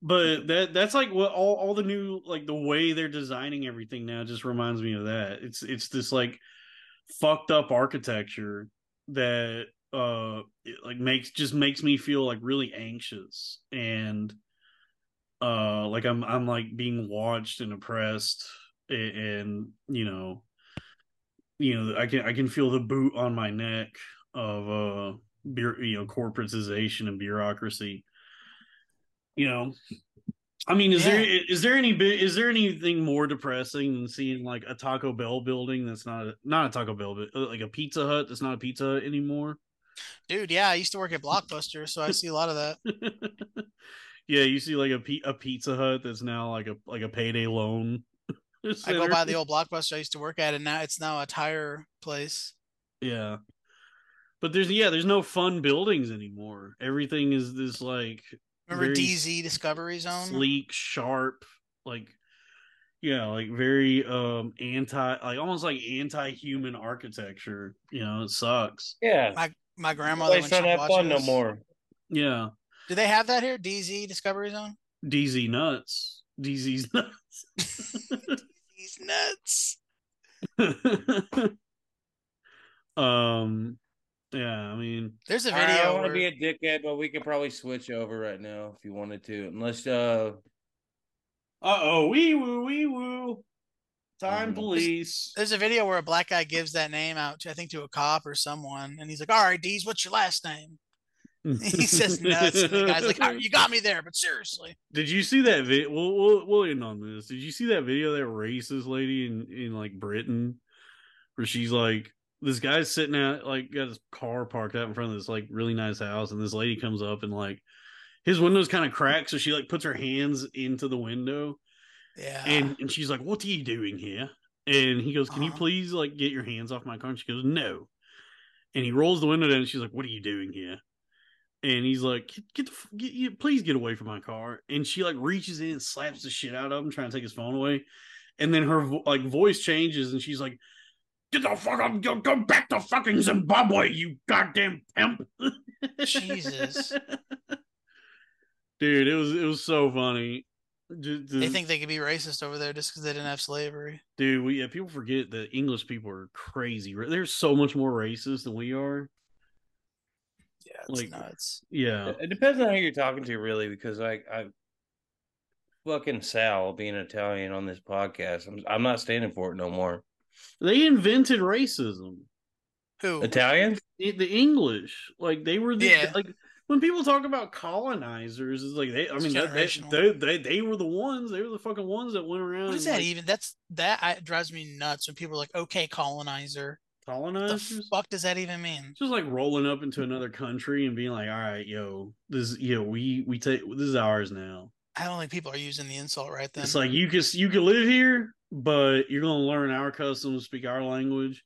[SPEAKER 1] but that that's like what all all the new like the way they're designing everything now just reminds me of that it's it's this like fucked up architecture that uh it, like makes just makes me feel like really anxious and uh like i'm i'm like being watched and oppressed and, and you know you know i can i can feel the boot on my neck of uh bu- you know corporatization and bureaucracy you know i mean is there is there any bi- is there anything more depressing than seeing like a taco bell building that's not a, not a taco bell but uh, like a pizza hut that's not a pizza Hut anymore
[SPEAKER 2] Dude, yeah, I used to work at Blockbuster, so I see a lot of that.
[SPEAKER 1] Yeah, you see like a pi- a Pizza Hut that's now like a like a payday loan.
[SPEAKER 2] I go
[SPEAKER 1] center.
[SPEAKER 2] by the old Blockbuster I used to work at, and now it's now a tire place.
[SPEAKER 1] Yeah. But there's yeah, there's no fun buildings anymore. Everything is this like Very
[SPEAKER 2] Remember DZ Discovery Zone?
[SPEAKER 1] sleek, sharp, like you know, like very um anti like almost like anti human architecture. You know, it sucks.
[SPEAKER 3] Yeah.
[SPEAKER 2] My grandmother. When
[SPEAKER 3] Place
[SPEAKER 2] she
[SPEAKER 3] don't have
[SPEAKER 2] watches,
[SPEAKER 3] fun no more.
[SPEAKER 1] Yeah.
[SPEAKER 2] Do they have that here? DZ Discovery Zone.
[SPEAKER 1] DZ nuts. DZ's
[SPEAKER 2] These nuts.
[SPEAKER 1] nuts. um yeah, I mean
[SPEAKER 2] There's a
[SPEAKER 3] All right, I
[SPEAKER 2] video.
[SPEAKER 3] don't want
[SPEAKER 2] where,
[SPEAKER 3] to be a dickhead, but we could probably switch over right now if you wanted to. Unless uh
[SPEAKER 1] uh oh wee woo wee woo. Time
[SPEAKER 2] Mm.
[SPEAKER 3] Mhm.
[SPEAKER 1] police.
[SPEAKER 2] there's a video where a black guy gives that name out to I think to a cop or someone, and he's like, "All right, D's, what's your last name?" He says nuts, and the guy's like, "All right, "You got me there, but seriously."
[SPEAKER 1] Did you see that video? We'll, we'll we'll end on this. Did you see that video of that racist lady in in like Britain, where she's like, this guy's sitting out like got his car parked out in front of this like really nice house, and this lady comes up and like his window's kind of cracked, so she like puts her hands into the window,
[SPEAKER 2] Yeah.
[SPEAKER 1] and and she's like, "What are you doing here?" And he goes, "Can you
[SPEAKER 2] Uh-huh.
[SPEAKER 1] please like get your hands off my car?" And she goes, "No." And he rolls the window down. And she's like, "What are you doing here?" And he's like, "Get, get, the, f- get you, please get away from my car." And she like reaches in and slaps the shit out of him, trying to take his phone away. And then her vo- like voice changes, and she's like, "Get the fuck up! Go, go back to fucking Zimbabwe, you goddamn pimp!"
[SPEAKER 2] Jesus.
[SPEAKER 1] dude, it was it was so funny. Ju-
[SPEAKER 2] they
[SPEAKER 1] ju-
[SPEAKER 2] think they could be racist over there just because they didn't have slavery.
[SPEAKER 1] Dude, we, yeah, people forget that English people are crazy. Ra- They're so much more racist than we are.
[SPEAKER 2] Yeah, it's
[SPEAKER 1] Like-
[SPEAKER 2] nuts.
[SPEAKER 1] Yeah.
[SPEAKER 3] it depends on who you're talking to, really, because like I fucking Sal being Italian on this podcast. I'm I'm not standing for it no more.
[SPEAKER 1] They invented racism.
[SPEAKER 3] Oh,
[SPEAKER 2] Who?
[SPEAKER 3] Italians?
[SPEAKER 1] I- the English, like they were the
[SPEAKER 2] Yeah.
[SPEAKER 1] like when people talk about colonizers, it's like they I
[SPEAKER 2] It's
[SPEAKER 1] mean that- that-
[SPEAKER 2] generational.
[SPEAKER 1] they, they they were the ones, they were the fucking ones that went around
[SPEAKER 2] What is that
[SPEAKER 1] like,
[SPEAKER 2] even? That's that I, drives me nuts when people are like, "Okay, colonizer." What the
[SPEAKER 1] colonizers.
[SPEAKER 2] fuck does that even mean?
[SPEAKER 1] It's just like rolling up into another country and being like, "All right, yo, this yo, we we take this is ours now."
[SPEAKER 2] I don't think people are using the insult right then.
[SPEAKER 1] It's like you can you can live here, but you're gonna learn our customs, speak our language,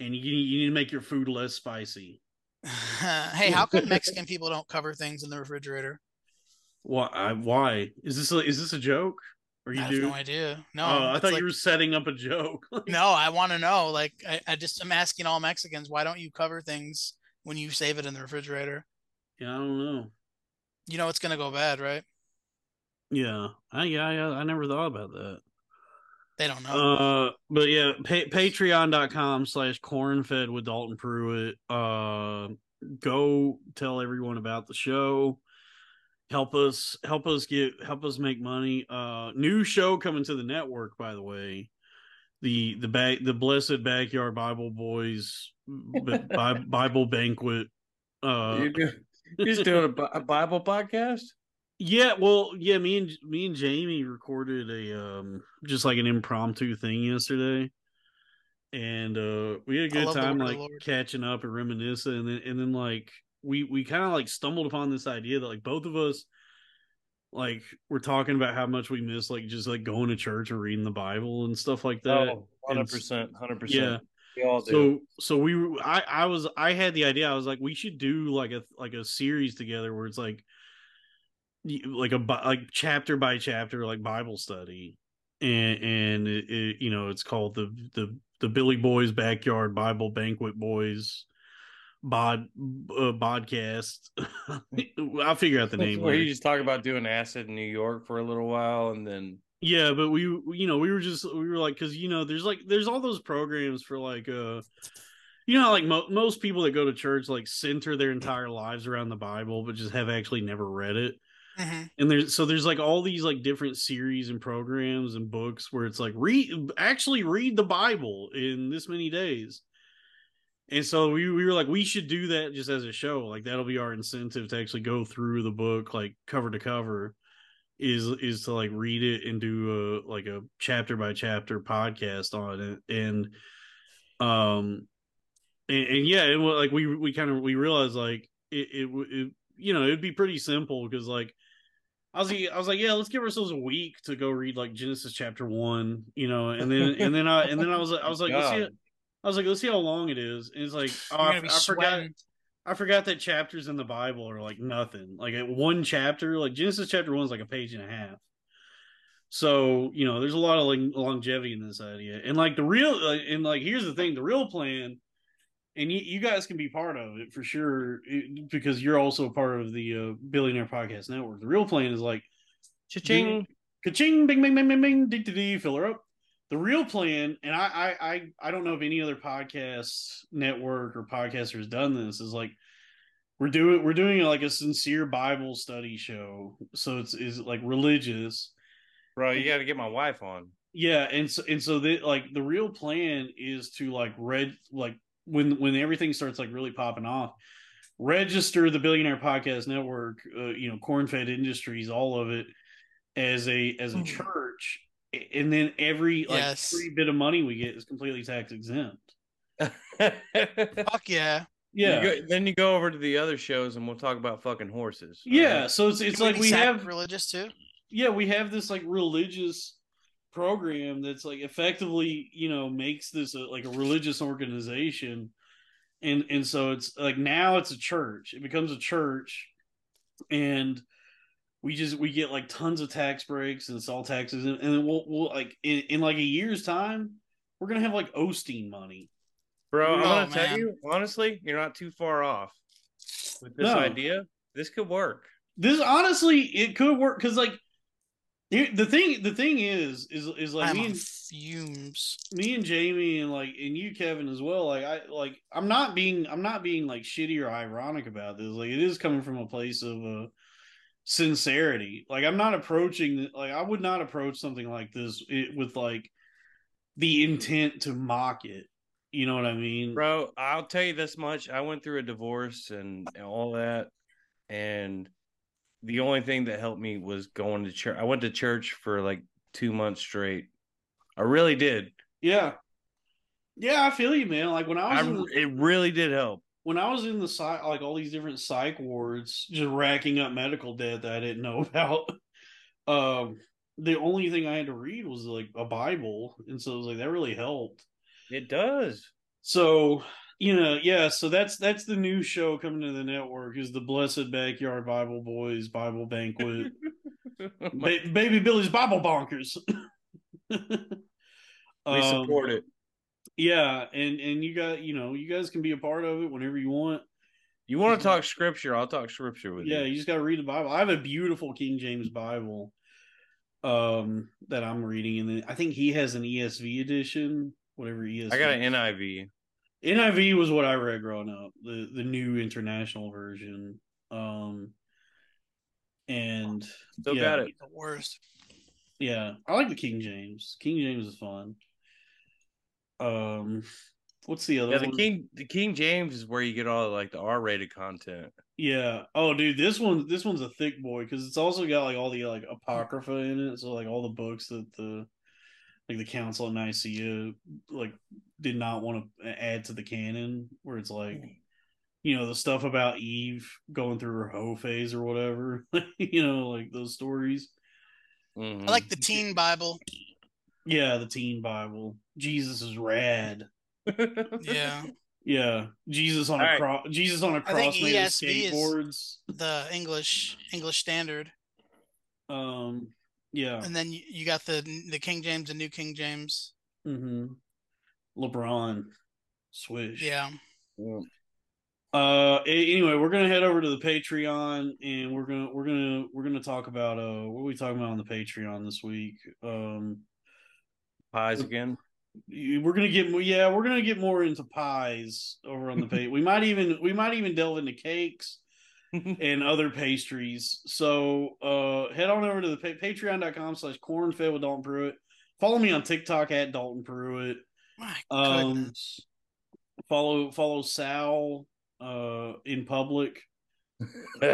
[SPEAKER 1] and you need, you need to make your food less spicy.
[SPEAKER 2] hey, how come Mexican people don't cover things in the refrigerator?
[SPEAKER 1] Why? I, why is this? A, is this a joke? Or you
[SPEAKER 2] I have
[SPEAKER 1] do?
[SPEAKER 2] no idea. No,
[SPEAKER 1] oh, I
[SPEAKER 2] it's
[SPEAKER 1] thought
[SPEAKER 2] like-
[SPEAKER 1] you were setting up a joke.
[SPEAKER 2] No, I want to know. Like, I, I just am asking all Mexicans, why don't you cover things when you save it in the refrigerator?
[SPEAKER 1] yeah, I don't know.
[SPEAKER 2] You know it's gonna go bad, right?
[SPEAKER 1] Yeah, I yeah, yeah I never thought about that.
[SPEAKER 2] They don't know.
[SPEAKER 1] Uh, but yeah, pa- patreon.com slash cornfed with Dalton Pruitt. Uh, go tell everyone about the show. Help us, help us get, help us make money. Uh, new show coming to the network, by the way. The the back the blessed backyard Bible boys b- Bi- Bible banquet. Uh,
[SPEAKER 3] you're, doing, you're just doing a, Bi- a Bible podcast?
[SPEAKER 1] Yeah, well, yeah, me and me and Jamie recorded a um just like an impromptu thing yesterday. And uh we had a
[SPEAKER 2] I
[SPEAKER 1] good
[SPEAKER 2] love the
[SPEAKER 1] time
[SPEAKER 2] word of
[SPEAKER 1] like
[SPEAKER 2] the Lord.
[SPEAKER 1] catching up and reminiscing and then and then like we we kind of like stumbled upon this idea that like both of us like were talking about how much we miss like just like going to church or reading the Bible and stuff like that.
[SPEAKER 3] Oh, 100%. 100%.
[SPEAKER 1] yeah.
[SPEAKER 3] We all do.
[SPEAKER 1] So so we were- I I was I had the idea I was like we should do like a like a series together where it's like y- like a bi- like chapter by chapter like Bible study and and it, it, you know it's called the the the Billy Boys Backyard Bible Banquet Boys bod uh, podcast I'll figure out the name
[SPEAKER 3] Where
[SPEAKER 1] later.
[SPEAKER 3] you just talk about doing acid in New York for a little while and then
[SPEAKER 1] yeah but we you know we were just we were like because you know there's like there's all those programs for like uh you know how, like mo- most people that go to church like center their entire lives around the bible but just have actually never read it
[SPEAKER 2] hmm
[SPEAKER 1] and there's so there's like all these like different series and programs and books where it's like read actually read the bible in this many days and so we, we were like we should do that just as a show like that'll be our incentive to actually go through the book like cover to cover is is to like read it and do a like a chapter by chapter podcast on it and um and, and yeah and like we we kind of we realized like it, it w- it you know it'd be pretty simple because like I was like, I was like, yeah, let's give ourselves a week to go read like Genesis chapter one, you know, and then and then I and then I was I was like, let's see,
[SPEAKER 3] God.
[SPEAKER 1] I was like, let's see how long it is. And it's like, oh,
[SPEAKER 2] I'm
[SPEAKER 1] I,
[SPEAKER 2] gonna be
[SPEAKER 1] I forgot,
[SPEAKER 2] sweating.
[SPEAKER 1] I forgot that chapters in the Bible are like nothing. Like at one chapter, like Genesis chapter one is like a page and a half. So you know, there's a lot of like longevity in this idea, and like the real, like, and like here's the thing: the real plan, and you, you guys can be part of it for sure it- because you're also a part of the uh, Billionaire Podcast Network. The real plan is like
[SPEAKER 3] Cha-ching.
[SPEAKER 1] ka-ching, bing, bing, bing, bing, bing, dee, dee, dee, fill her up. The real plan, and I, I, I, I don't know if any other podcast network or podcaster has done this. Is like we're doing, we're doing like a sincere Bible study show, so it's is like religious,
[SPEAKER 3] Bro, you got to get my wife on.
[SPEAKER 1] yeah. And so, and so the like the real plan is to like red, like when when everything starts like really popping off, register the Billionaire Podcast Network, uh, you know, Cornfed Industries, all of it as a as a
[SPEAKER 2] Ooh.
[SPEAKER 1] church, A- and then every like
[SPEAKER 2] Hmm. Yes.
[SPEAKER 1] every bit of money we get is completely tax exempt.
[SPEAKER 2] Fuck yeah.
[SPEAKER 1] Yeah,
[SPEAKER 3] You go- then you go over to the other shows and we'll talk about fucking horses.
[SPEAKER 1] yeah. So it's it's
[SPEAKER 2] Can
[SPEAKER 1] like
[SPEAKER 2] be
[SPEAKER 1] we have
[SPEAKER 2] religious too.
[SPEAKER 1] yeah we have this like religious program that's like effectively you know makes this a, like a religious organization and and so it's like now it's a church it becomes a church and we just we get like tons of tax breaks and it's all taxes and, and then we'll, we'll like in, in like a year's time we're gonna have like osteen money
[SPEAKER 3] Bro, I'm
[SPEAKER 2] Oh,
[SPEAKER 3] going to
[SPEAKER 2] man.
[SPEAKER 3] tell you, honestly, you're not too far off with this
[SPEAKER 1] No.
[SPEAKER 3] idea. This could work.
[SPEAKER 1] this honestly it could work because like here- the thing the thing is is is like
[SPEAKER 2] I'm
[SPEAKER 1] me
[SPEAKER 2] on
[SPEAKER 1] and-
[SPEAKER 2] fumes.
[SPEAKER 1] me and Jamie and like and you Kevin as well like I like I'm not being I'm not being like shitty or ironic about this like it is coming from a place of uh sincerity like I'm not approaching like I would not approach something like this it, with like the intent to mock it you know what I mean
[SPEAKER 3] Bro, I'll tell you this much. I went through a divorce and, and all that. And the only thing that helped me was going to church. I went to church for like two months straight. I really did.
[SPEAKER 1] yeah yeah I feel you man like when I was
[SPEAKER 3] I,
[SPEAKER 1] in the-
[SPEAKER 3] it really did help.
[SPEAKER 1] when I was in the psych, like all these different psych wards, just racking up medical debt that I didn't know about. Um, the only thing I had to read was like a Bible, and so it was like that really helped.
[SPEAKER 3] It does.
[SPEAKER 1] So you know, yeah. So that's that's the new show coming to the network is the Blessed Backyard Bible Boys Bible Banquet, ba- Baby Billy's Bible Bonkers. Um,
[SPEAKER 3] we support it.
[SPEAKER 1] yeah, and and you got you know you guys can be a part of it whenever you want.
[SPEAKER 3] You want to talk scripture? I'll talk scripture with
[SPEAKER 1] yeah
[SPEAKER 3] you.
[SPEAKER 1] you just gotta read the bible i have a beautiful king james bible um that i'm reading and then i think he has an esv edition whatever E esv
[SPEAKER 3] I got an NIV.
[SPEAKER 1] niv was what i read growing up the the new international version um and
[SPEAKER 3] Still
[SPEAKER 1] yeah,
[SPEAKER 3] got it.
[SPEAKER 2] The worst.
[SPEAKER 1] yeah i like the king james king james is fun um what's the other
[SPEAKER 3] Yeah, the
[SPEAKER 1] one?
[SPEAKER 3] King the King James is where you get all like the R rated content.
[SPEAKER 1] Yeah. Oh, dude, this one this one's a thick boy because it's also got like all the like apocrypha in it. So like all the books that the like the Council of Nicaea like did not want to add to the canon, where it's like you know the stuff about Eve going through her hoe phase or whatever. you know, like those stories.
[SPEAKER 3] Mhm.
[SPEAKER 2] I like
[SPEAKER 1] Mm-hmm.
[SPEAKER 2] the teen Bible.
[SPEAKER 1] Yeah, the Teen Bible. Jesus is rad.
[SPEAKER 2] Yeah.
[SPEAKER 1] Yeah, Jesus on
[SPEAKER 3] All
[SPEAKER 1] a
[SPEAKER 3] right.
[SPEAKER 1] cross. Jesus on a
[SPEAKER 2] I think
[SPEAKER 1] cross made of
[SPEAKER 2] ESV is-
[SPEAKER 1] skateboards.
[SPEAKER 2] The English English Standard.
[SPEAKER 1] Um. Yeah.
[SPEAKER 2] And then you, you got the the King James and New King James.
[SPEAKER 1] Mm-hmm. LeBron. Swish.
[SPEAKER 2] Yeah.
[SPEAKER 3] Yeah.
[SPEAKER 1] Uh a- anyway, we're gonna head over to the Patreon and we're gonna we're gonna we're gonna talk about uh what are we talking about on the Patreon this week? Um
[SPEAKER 3] pies again.
[SPEAKER 1] y- we're gonna get more yeah, we're gonna get more into pies over on the page. we might even we might even delve into cakes and other pastries. So uh head on over to the pa- patreon.com slash cornfed with Dalton Pruitt. Follow me on TikTok at Dalton Pruitt.
[SPEAKER 2] My
[SPEAKER 1] Um,
[SPEAKER 2] goodness.
[SPEAKER 1] follow follow Sal uh in public. gang,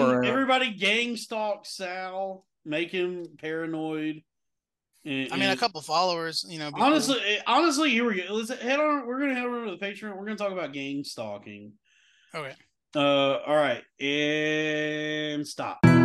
[SPEAKER 3] around.
[SPEAKER 1] everybody gang stalk Sal, make him paranoid. And-
[SPEAKER 2] I mean, a
[SPEAKER 1] and-
[SPEAKER 2] couple followers, you know. be cool.
[SPEAKER 1] honestly, eh, honestly, here we go. Let's head on. We're gonna head over to the Patreon. We're gonna talk about gang stalking.
[SPEAKER 2] Okay.
[SPEAKER 1] Uh, all right, and stop.